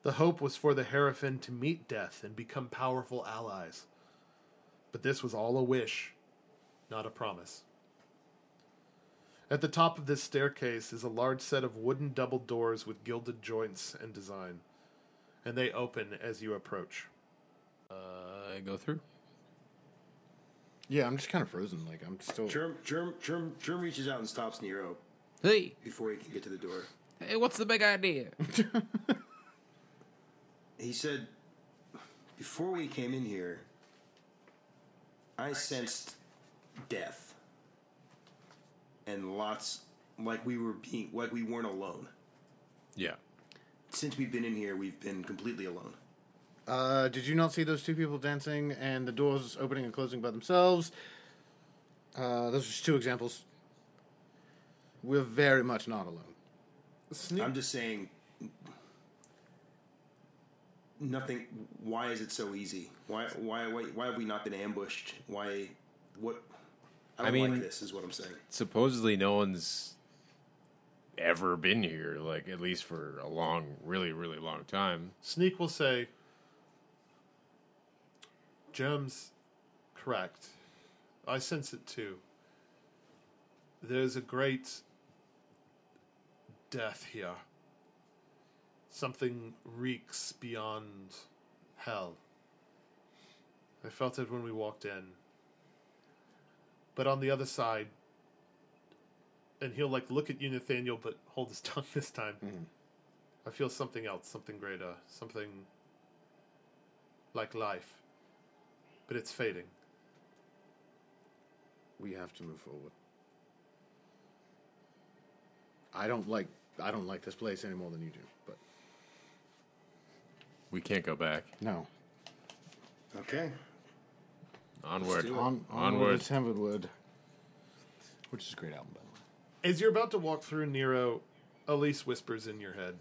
S3: The hope was for the Hierophant to meet death and become powerful allies. But this was all a wish, not a promise. At the top of this staircase is a large set of wooden double doors with gilded joints and design, and they open as you approach.
S5: Uh, go through.
S4: Yeah, I'm just kind of frozen. Like I'm still.
S6: Germ, germ, germ, germ reaches out and stops Nero
S5: Hey,
S6: before he can get to the door.
S5: hey, what's the big idea?
S6: He said, Before we came in here, I sensed death. And lots, like we were being, like we weren't alone.
S5: yeah.
S6: Since we've been in here, we've been completely alone.
S4: Uh, did you not see those two people dancing and the doors opening and closing by themselves? Uh, those are just two examples. We're very much not alone.
S6: I'm just saying, nothing. Why is it so easy? Why, why, why, why have we not been ambushed? Why, what? I don't
S5: mean-
S6: like this. Is what I'm saying.
S5: supposedly no one's ever been here, like at least for a long, really, really long time.
S3: Sneak will say, Germ's correct. I sense it too. There's a great death here. Something reeks beyond hell. I felt it when we walked in. But on the other side, and he'll like look at you, Nathaniel, but hold his tongue this time. I feel something else, something greater, something like life. But it's fading.
S4: We have to move forward. I don't like I don't like this place any more than you do, but
S5: We can't go back.
S4: no.
S6: Okay.
S5: Onward,
S6: do it.
S4: On, onward,
S5: onward.
S4: to Heavenwood, which is a great album, by the way.
S3: As you're about to walk through Nero, Elise whispers in your head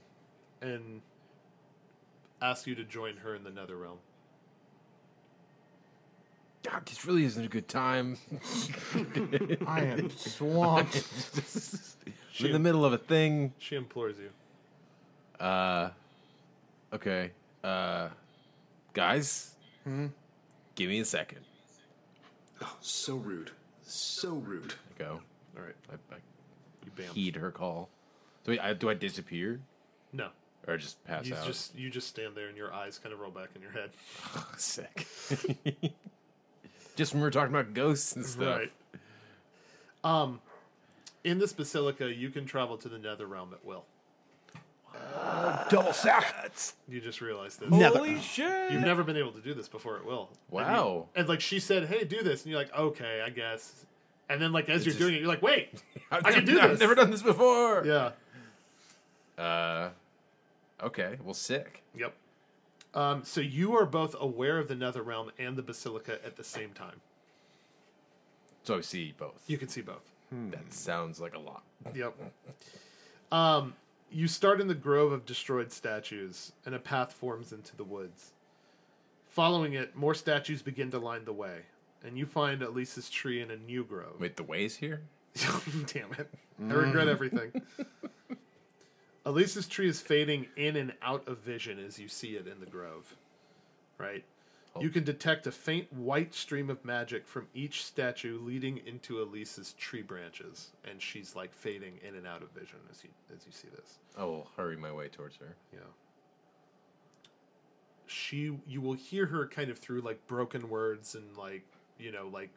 S3: and asks you to join her in the nether realm.
S5: God, this really isn't a good time.
S4: I am swamped.
S5: I'm in the middle of a thing.
S3: She implores you.
S5: Okay, uh, guys, give me a second.
S6: Oh, so rude. So rude.
S5: I go.
S3: All right.
S5: I, I
S3: You bam.
S5: heed her call. Do I, do I disappear
S3: no.
S5: or just pass
S3: You
S5: out?
S3: just you just stand there and your eyes kind of roll back in your head.
S5: sick. just when we were talking about ghosts and stuff.
S3: Right. Um, in this basilica, you can travel to the nether realm at will.
S4: Double sack.
S3: You just realized this.
S5: Holy shit!
S3: You've never been able to do this before at will.
S5: Wow.
S3: And like she said, "Hey, do this," and you're like, "Okay, I guess." And then like as you're
S5: just-
S3: doing it, you're like, "Wait,
S5: I've
S3: I can
S5: never-
S3: do
S5: I've
S3: this.
S5: never done this before.
S3: yeah,
S5: Okay, well, sick.
S3: yep." Um, so you are both aware of the Nether Realm and the Basilica at the same time.
S5: So I see both.
S3: You can see both.
S5: That sounds like a lot.
S3: Yep. Um, you start in the grove of destroyed statues, and a path forms into the woods. Following it, more statues begin to line the way, and you find Elisa's tree in a new grove.
S5: Wait, the ways here?
S3: Damn it. I regret everything. Elisa's tree is fading in and out of vision as you see it in the grove. Right? You can detect a faint white stream of magic from each statue leading into Elisa's tree branches, and she's like fading in and out of vision as you as you see this.
S5: I will hurry my way towards her.
S3: Yeah. She you will hear her kind of through like broken words and like, you know, like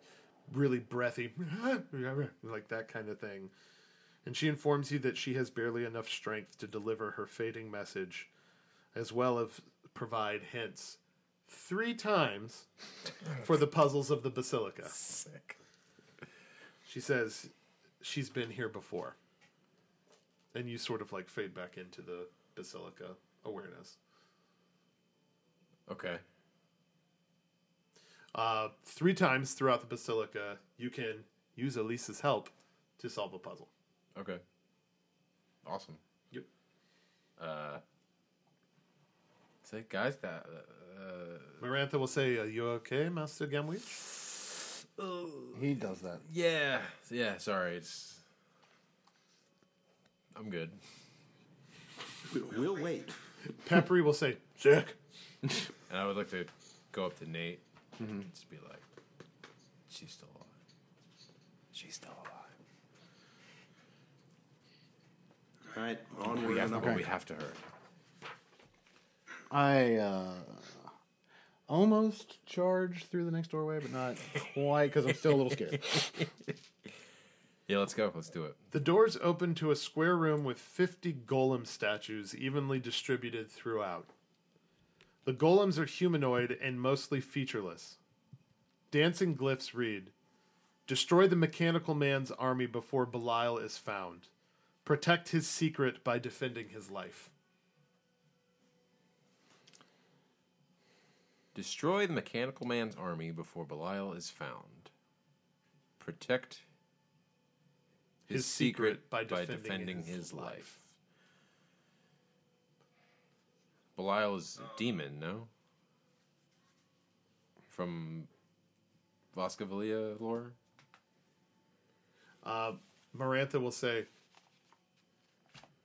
S3: really breathy like that kind of thing. And she informs you that she has barely enough strength to deliver her fading message as well as provide hints three times for the puzzles of the basilica.
S5: Sick.
S3: She says she's been here before. And you sort of like fade back into the basilica awareness.
S5: Okay.
S3: Uh, three times throughout the basilica, you can use Elisa's help to solve a puzzle.
S5: Okay. Awesome.
S3: Yep.
S5: Sick, guys. That. Uh,
S3: Marantha will say, Are you okay, Master Gamwich?
S4: He does that.
S5: yeah. Yeah. Sorry. It's. I'm good.
S6: We- We'll wait.
S3: Peppery will say, Sick.
S5: And I would like to go up to Nate and just be like, "She's still alive. She's still alive.
S6: All right. Onward.
S5: We have
S6: and
S5: to.
S6: upward.
S5: We have to hurry."
S4: I uh, almost charge through the next doorway, but not quite because I'm still a little scared.
S5: Yeah. Let's go. Let's do it.
S3: The doors open to a square room with 50 golem statues evenly distributed throughout. The golems are humanoid and mostly featureless. Dancing glyphs read Destroy the mechanical man's army before Belial is found. Protect his secret by defending his life.
S5: Destroy the mechanical man's army before Belial is found. Protect his,
S3: His
S5: secret,
S3: secret by
S5: by
S3: defending
S5: defending,
S3: his
S5: his, life. Belial is a demon, no? From Vascavilia lore?
S3: Uh, Marantha will say,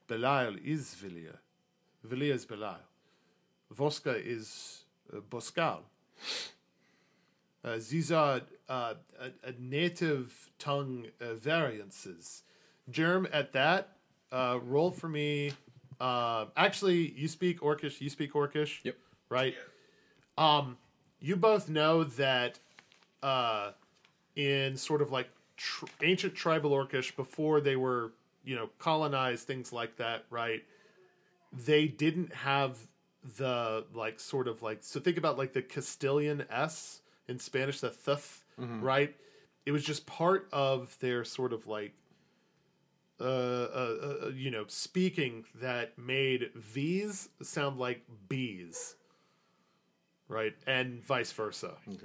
S3: Belial is Villier. Villier is Belial. Voska is uh, Boscal. Uh, these are uh, a, a native tongue uh, variances. Germ, at that, uh, roll for me. Uh, actually, you speak Orcish. You speak Orcish.
S5: Yep.
S3: Right. Um, you both know that uh, in sort of like tr- ancient tribal Orcish before they were, you know, colonized things like that, right? They didn't have the like sort of like so think about like the Castilian s in Spanish the th, right? It was just part of their sort of like uh, uh, uh, you know, speaking that made V's sound like B's, right? And vice versa. Okay.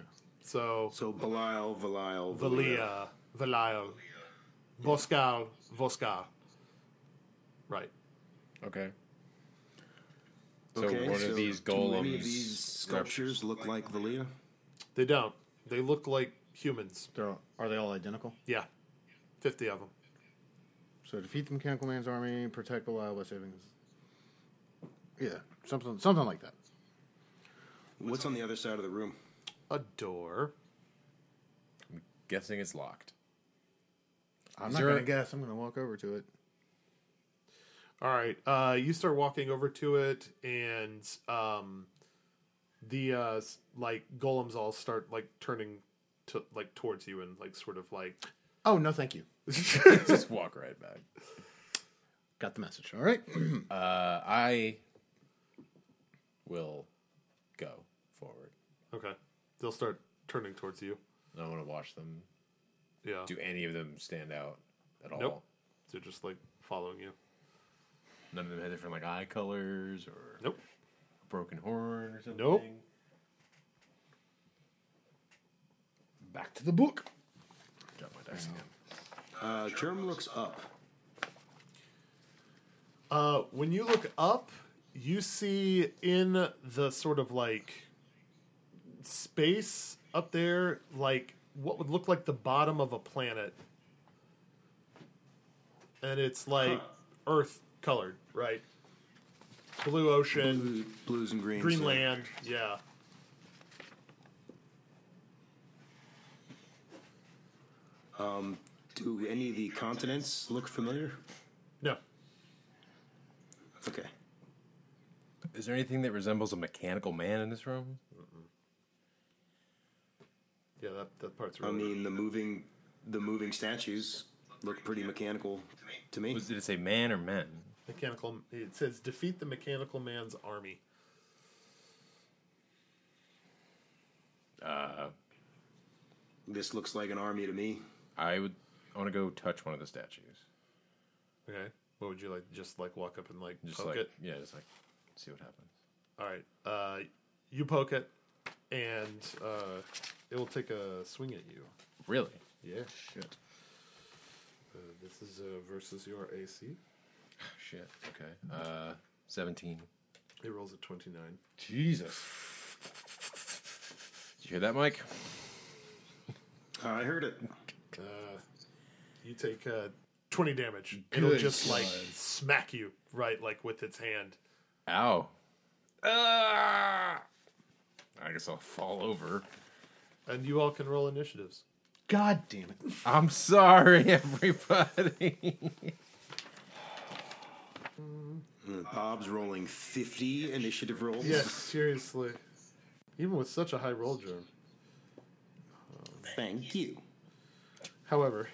S3: So,
S6: So Belial, Belial,
S3: Valia, Valial, Voscal, Voscal. Right.
S5: Okay. So
S6: Okay,
S5: one of these
S6: do
S5: golems.
S6: any of these sculptures look like Valia?
S3: They don't. They look like humans.
S4: They're all, are they all identical?
S3: Yeah. 50 of them.
S4: So defeat the Mechanical Man's army, protect Belial by saving his. Yeah, something, something like that.
S6: What's on the other side of the room?
S3: A door.
S5: guessing it's locked.
S4: I'm
S5: Is
S4: not
S5: there-
S4: gonna guess. I'm gonna walk over to it.
S3: All right. Uh, you start walking over to it, and um, the uh, s- like golems all start like turning to like towards you and like sort of like
S4: Oh no, thank you.
S5: Just walk right back.
S4: Got the message. All right.
S5: Uh, I will go forward.
S3: okay, they'll start turning towards you.
S5: I want to watch them.
S3: Yeah,
S5: Do any of them stand out at all?
S3: Nope. they're just like following you.
S5: None of them had different like eye colors or
S3: Nope.
S5: broken horn or something.
S3: Nope.
S4: Back to the book.
S5: Drop my dice again.
S6: Uh, Germ looks up.
S3: Uh, when you look up, you see in the sort of like space up there, like what would look like the bottom of a planet. And it's like earth colored, right? Blue ocean,
S6: Blue- Blues and greens.
S3: green
S6: so-
S3: land, yeah.
S6: Do any of the continents look familiar?
S3: No.
S6: Okay.
S5: Is there anything that resembles a mechanical man in this room?
S3: Yeah, that, that part's
S6: I
S3: really
S6: mean, the moving, the moving statues look pretty mechanical to me.
S5: Was, did it say man or men?
S3: mechanical. It says defeat the mechanical man's army.
S6: This looks like an army to me.
S5: I would. I want to go touch one of the statues.
S3: Okay. What would you like? Just like walk up and like
S5: Just
S3: poke
S5: like
S3: it?
S5: yeah, just like see what happens.
S3: All right. Uh, you poke it, and uh, it will take a swing at you.
S5: Really?
S3: Yeah.
S4: Shit.
S3: Uh, this is uh, versus your AC.
S5: Shit. Okay. Uh, seventeen.
S3: It rolls a 29.
S4: Jesus.
S5: Did you hear that, Mike?
S6: Uh, I heard it.
S3: Uh, you take uh, 20 damage. It'll
S4: Good
S3: just like
S4: God.
S3: smack you, right? Like with its hand.
S5: Ow. Ah! I guess I'll fall over.
S3: And you all can roll initiatives.
S4: God damn it.
S5: I'm sorry, everybody.
S6: Bob's rolling 50 initiative rolls.
S3: seriously. Even with such a high roll, germ.
S6: Thank you.
S3: However,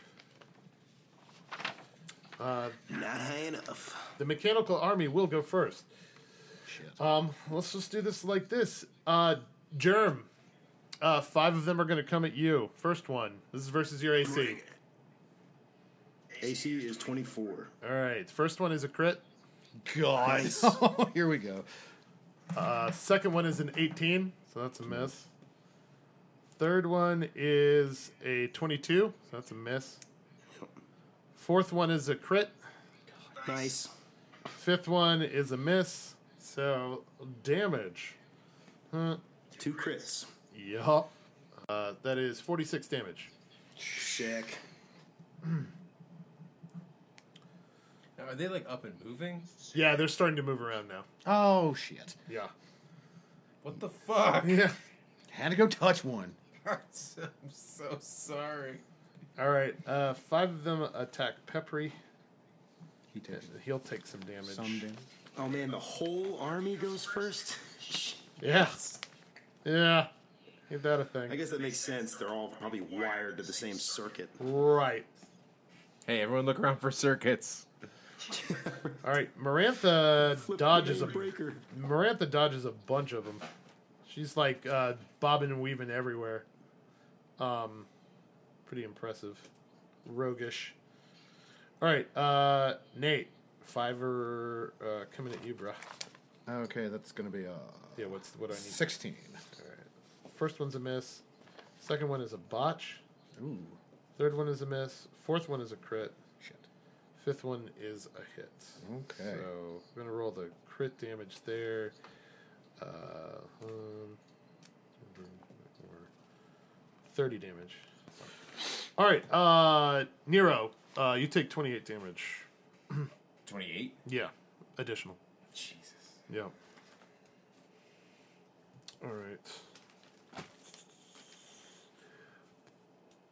S6: Not high enough.
S3: The mechanical army will go first. Um, let's just do this like this. Uh, Germ, uh, five of them are going to come at you. First one. This is versus your AC.
S6: AC is 24.
S3: All right. First one is a crit.
S4: God.
S6: Nice.
S4: Here we go.
S3: Uh, second one is an 18, so that's a miss. Third one is a 22, so that's a miss. Fourth one is a crit.
S6: Nice.
S3: Fifth one is a miss. So damage.
S6: Two crits.
S3: Yup. Uh, that is 46 damage.
S6: Check.
S5: Are they like up and moving?
S3: Yeah, they're starting to move around now.
S4: Oh shit!
S3: Yeah.
S5: What the fuck?
S3: Yeah.
S4: Had to go touch one.
S5: I'm so sorry.
S3: All right. Uh, five of them attack Peppery.
S4: He did
S3: He'll take some damage.
S4: some damage.
S6: Oh man, the whole army goes first.
S3: Yeah. Yeah. Ain't that a thing?
S6: I guess that makes sense. They're all probably wired to the same circuit.
S3: Right.
S5: Hey, everyone, look around for circuits.
S3: All right. Marantha dodges a
S6: breaker.
S3: Marantha dodges a bunch of them. She's like uh, bobbing and weaving everywhere. Um, pretty impressive, roguish. All right, uh, Nate, fiver uh, coming at you, bruh.
S4: Okay, that's gonna be a
S3: Yeah, what's what I need?
S4: sixteen.
S3: First one's a miss. Second one is a botch.
S4: Ooh,
S3: Third one is a miss. Fourth one is a crit.
S4: shit.
S3: Fifth one is a hit.
S4: Okay.
S3: So we're gonna roll the crit damage there. Uh, um, Thirty damage. All right, uh, Nero, uh, you take twenty-eight damage.
S5: 28?
S3: Yeah, additional.
S5: Jesus.
S3: Yeah. All right.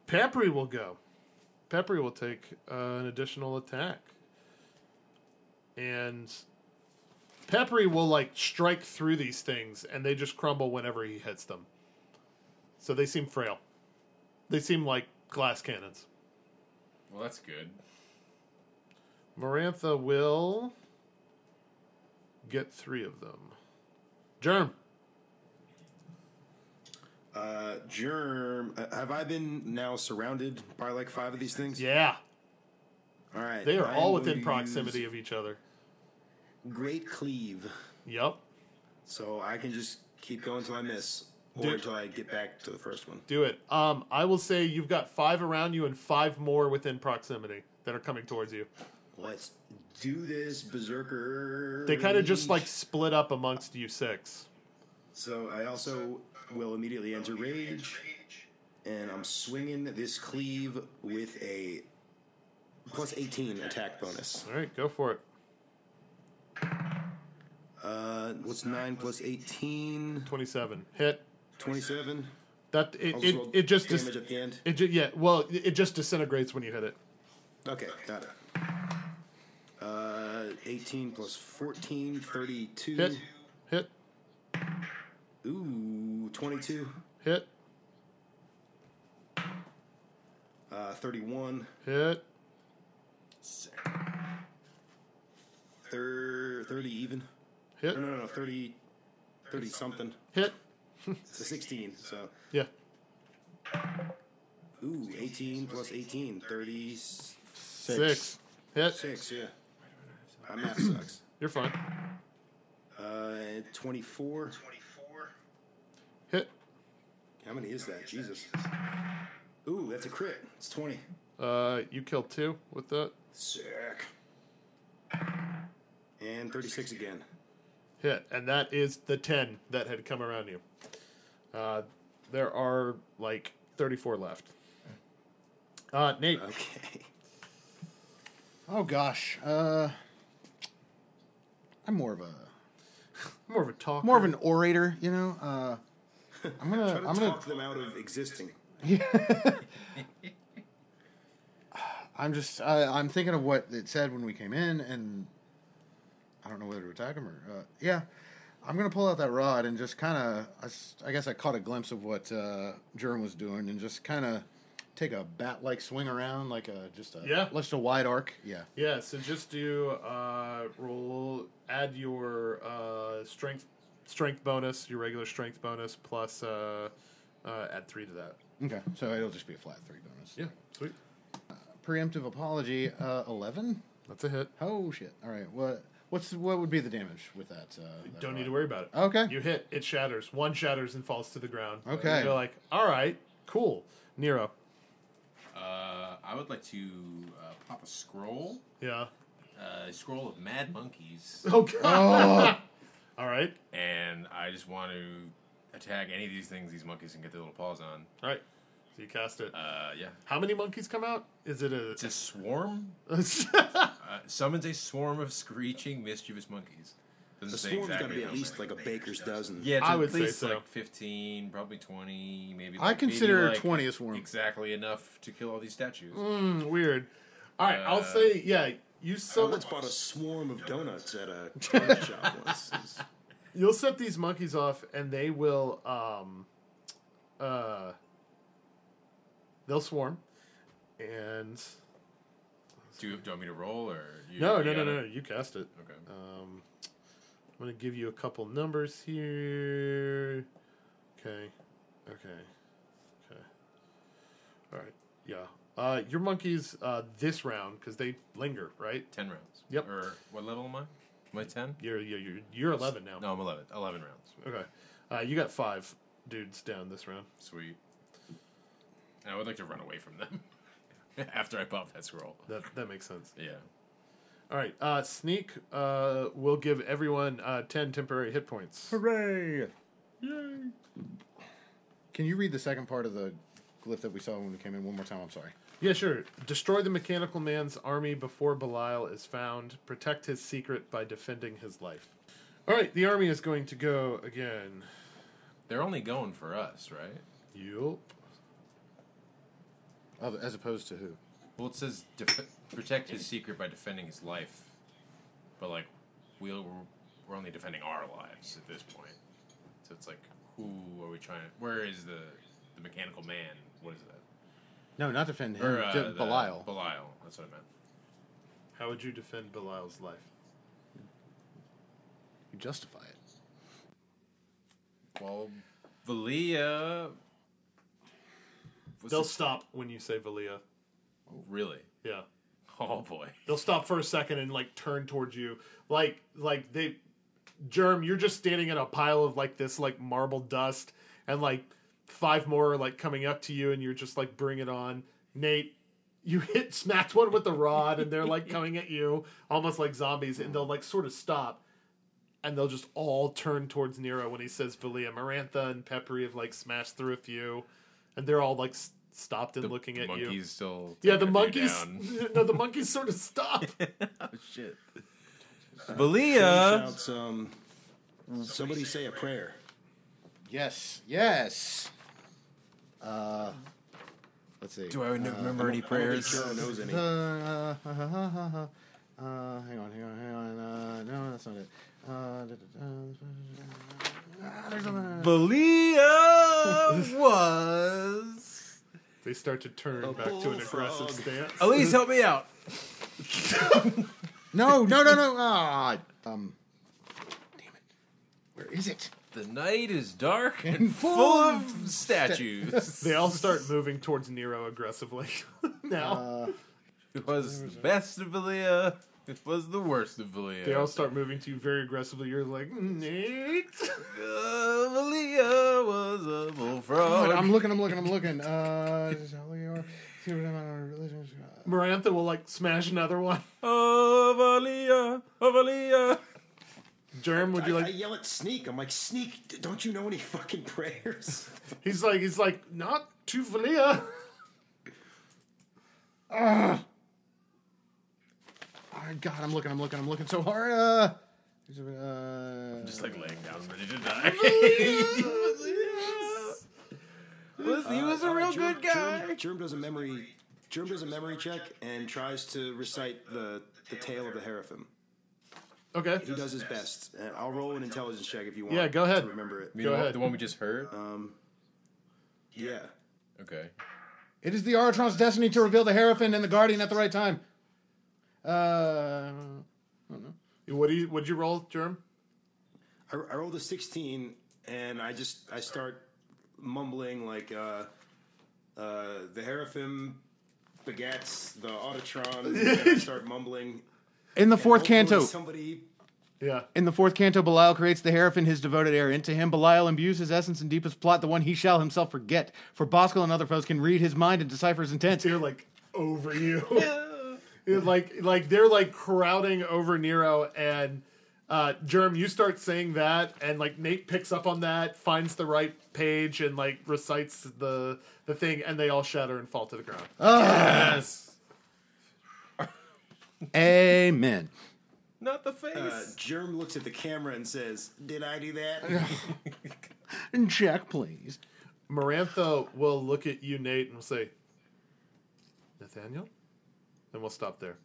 S3: Peppery will go. Peppery will take uh, an additional attack. And Peppery will like strike through these things and they just crumble whenever he hits them. So they seem frail. They seem like glass cannons.
S5: Well, that's good.
S3: Marantha will get three of them. Germ.
S6: Uh, germ. uh, have I been now surrounded by like five of these things?
S3: Yeah.
S6: All right.
S3: They are
S6: I
S3: all
S6: am
S3: within
S6: going to
S3: proximity
S6: use
S3: of each other.
S6: Great cleave.
S3: Yep.
S6: So I can just keep going till I miss, or
S3: Dude.
S6: until I get back to the first one.
S3: Do it. Um, I will say you've got five around you and five more within proximity that are coming towards you.
S6: Let's do this, berserker.
S3: They kind of just like split up amongst you six.
S6: So I also will immediately enter rage, and I'm swinging this cleave with a plus 18 attack bonus.
S3: All right, go for it.
S6: Uh, what's nine plus 18?
S3: Twenty-seven hit.
S6: 27.
S3: That it
S6: I'll
S3: it,
S6: roll
S3: it just dis-
S6: damage at the end.
S3: it ju- yeah. Well, it it just disintegrates when you hit it.
S6: Okay, got it. Uh, 18 plus 14, 32.
S3: Hit, hit,
S6: Ooh, 22.
S3: hit,
S6: Uh, 31.
S3: hit.
S6: Thir- 30 even.
S3: Hit,
S6: No, no, no, 30, 30 something.
S3: hit,
S6: It's a 16, so.
S3: yeah,
S6: Ooh, 18 plus 18, 36,
S3: six, hit.
S6: yeah. My math sucks.
S3: You're fine.
S6: Uh, 24.
S3: Hit,
S6: How many is that? Jesus. Ooh, that's a crit. It's 20.
S3: Uh, you killed two with that.
S6: Sick. And 36 again.
S3: hit, and that is the 10 that had come around you. Uh, there are like 34 left. Uh, Nate,
S6: Okay.
S4: Oh gosh. Uh, I'm more of a
S3: more of a talk.
S4: more of an orator, you know. Uh, I'm gonna
S6: Try to
S4: I'm gonna
S6: talk them out of existing.
S4: I'm just uh, I'm thinking of what it said when we came in, and I don't know whether to attack him or uh, yeah. I'm gonna pull out that rod and just kind of I, s- I guess I caught a glimpse of what uh, Jern was doing and just kind of take a bat like swing around like a just a
S3: Yeah.
S4: just a wide arc yeah
S3: Yeah, so just do uh, roll, add your uh, strength strength bonus, your regular strength bonus, plus uh, uh, add three to that.
S4: okay so it'll just be a flat three bonus
S3: Yeah, sweet.
S4: preemptive apology uh, eleven
S3: That's a hit.
S4: oh shit all right what what's what would be the damage with that, uh, that
S3: Don't need
S4: rod?
S3: to worry about it.
S4: Okay.
S3: You hit, it shatters. One shatters and falls to the ground.
S4: Okay.
S3: You're like, all right, cool. Nero.
S5: Uh, I would like to uh, pop a scroll.
S3: Yeah.
S5: Uh, a scroll of mad monkeys.
S3: Oh, God. all right.
S5: and I just want to attack any of these things these monkeys can get their little paws on.
S3: All right. So you cast it.
S5: Uh, yeah.
S3: How many monkeys come out? Is it a.
S5: It's a swarm? Uh, summons a swarm of screeching, mischievous monkeys. Doesn't
S6: The
S5: say
S6: swarm's got to
S5: exactly
S6: be at
S5: how
S6: least
S5: many.
S6: like a baker's dozen.
S5: Yeah, it's
S3: I
S5: at
S3: would say
S5: least
S3: so.
S5: like fifteen, probably twenty, maybe.
S4: I
S5: Like,
S4: consider
S5: maybe like
S4: 20 a swarm.
S5: Exactly enough to kill all these statues.
S6: Mm.
S3: Hmm, weird. All right,
S5: Uh,
S3: I'll say yeah. You
S6: I
S3: so
S6: once bought a swarm of donuts at a donut shop once. It's-
S3: you'll set these monkeys off, and they will um, uh, they'll swarm, and
S5: Do you, do you want me to roll or you,
S3: no,
S5: you
S3: no, no,
S5: gotta-
S3: no, no, you cast it.
S5: Okay.
S3: Um, I'm going to give you a couple numbers here. Okay. Okay. Okay. All right. Yeah. Uh, your monkeys uh, this round because they linger, right?
S5: Ten rounds.
S3: Yep.
S5: Or what level am I? Am I ten?
S3: You're you're you're, you're 11 now.
S5: No, I'm eleven. Eleven rounds.
S3: Okay. Uh, you got five dudes down this round.
S5: Sweet. And I would like to run away from them after I pop that scroll.
S3: That that makes sense.
S5: Yeah.
S3: All right. Uh, sneak uh, will give everyone uh, 10 temporary hit points.
S4: Hooray! Yay! Can you read the second part of the glyph that we saw when we came in one more time? I'm sorry.
S3: Yeah, sure. Destroy the mechanical man's army before Belial is found. Protect his secret by defending his life. All right, the army is going to go again.
S5: They're only going for us, right?
S3: Yup.
S4: Oh, as opposed to who?
S5: Well, it says def- protect his secret by defending his life, but like we'll, we're only defending our lives at this point. So it's like, who are we trying? Where is the the mechanical man? What is that?
S4: No, not defend him.
S5: Or uh,
S4: de-
S5: the-
S4: Belial.
S5: Belial. That's what I meant.
S3: How would you defend Belial's life?
S4: you justify it.
S5: Well, Valia. was
S3: They'll
S5: this-
S3: stop when you say Valia.
S5: really.
S3: Yeah.
S5: Oh boy.
S3: They'll stop for a second and like turn towards you. Like like they Germ, you're just standing in a pile of like this like marble dust and like five more are like coming up to you and you're just like bring it on. Nate, you hit smacked one with the rod and they're like coming at you almost like zombies and they'll like sort of stop and they'll just all turn towards Nero when he says Valia Marantha and Peppery have like smashed through a few and they're all like s- stopped and looking
S5: The
S3: at
S5: monkeys
S3: you.
S5: still.
S3: Yeah, the
S5: taking a few
S3: monkeys.
S5: down.
S3: No, the monkeys sort of stop.
S5: Shit.
S6: Somebody
S5: Valia.
S6: shouts, um, somebody say a prayer.
S4: Yes. Yes. Uh, let's see.
S5: Do I remember any prayers?
S6: Sure knows any.
S4: Uh, uh, uh, uh, uh, uh, uh, hang on, hang on, hang on. Uh, no, that's not it. Uh, da, da, da, ah, there's another-
S5: Valia was.
S3: They start to turn back to an aggressive stance.
S5: Elise, help me out.
S4: no, no, no, no. Ah, um, damn it. Where is it?
S5: The night is dark and full of statues.
S3: They all start moving towards Nero aggressively now.
S5: It was the best of Valia. It was the worst of Valia.
S3: they all start moving to you very aggressively. You're like, Nate?
S5: Uh, Valia was a bullfrog.
S4: God, I'm looking, I'm looking, I'm looking. Uh, this is how we are. See what I'm on religion.
S3: Marantha will like smash another one.
S5: Oh, Valia. Oh, Valia.
S3: Germ, would
S6: I,
S3: you
S6: I
S3: like?
S6: yell at Sneak. I'm like, Sneak, d- don't you know any fucking prayers?
S3: He's like, he's like, not to Valia.
S4: Oh, God, I'm looking, I'm looking, I'm looking so hard. Uh, there's a- uh,
S5: Just like laying down, ready to die. Valia. Was, he was a real good guy.
S6: Uh, Germ, Germ does a memory. Germ does a memory check and tries to recite the the tale of the Hierophim.
S3: Okay.
S6: He does his best. And I'll roll an intelligence check if you want.
S3: Yeah, go ahead.
S6: To remember it.
S5: You mean
S3: Go
S5: the, one-
S3: ahead.
S5: the one we just heard?
S6: Yeah.
S5: okay.
S4: It is the Aratron's destiny to reveal the Hierophant and the Guardian at the right time. Uh,
S3: What do you? Would you roll, Germ?
S6: I, I rolled a 16 and I just I start mumbling like uh, uh, the Hierophim begats the Autotron. and I start mumbling.
S4: in the fourth
S6: Hopefully
S4: canto,
S6: Somebody
S3: Yeah.
S4: in the fourth canto, Belial creates the Hierophant, his devoted heir. Into him, Belial imbues his essence and deepest plot, the one he shall himself forget. For Boskel and other foes can read his mind and decipher his intent.
S3: They're like over you. It's like like they're like crowding over Nero and uh Germ, you start saying that and like Nate picks up on that, finds the right page and like recites the the thing and they all shatter and fall to the ground.
S5: Yes.
S4: Amen.
S5: Not the face.
S6: Uh, Germ looks at the camera and says, "Did I do that?"
S4: And Jack, please.
S3: Marantha will look at you, Nate, and will say, Nathaniel? And we'll stop there.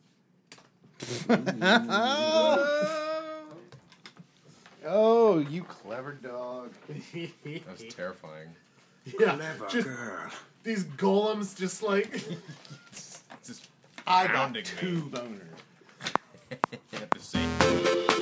S4: Oh, you clever dog.
S5: that was terrifying.
S3: Yeah,
S6: Clever
S3: just
S6: girl.
S3: these golems just like
S5: It's just
S4: I
S5: Pounding
S4: got
S5: me.
S4: two boners.
S5: at the same.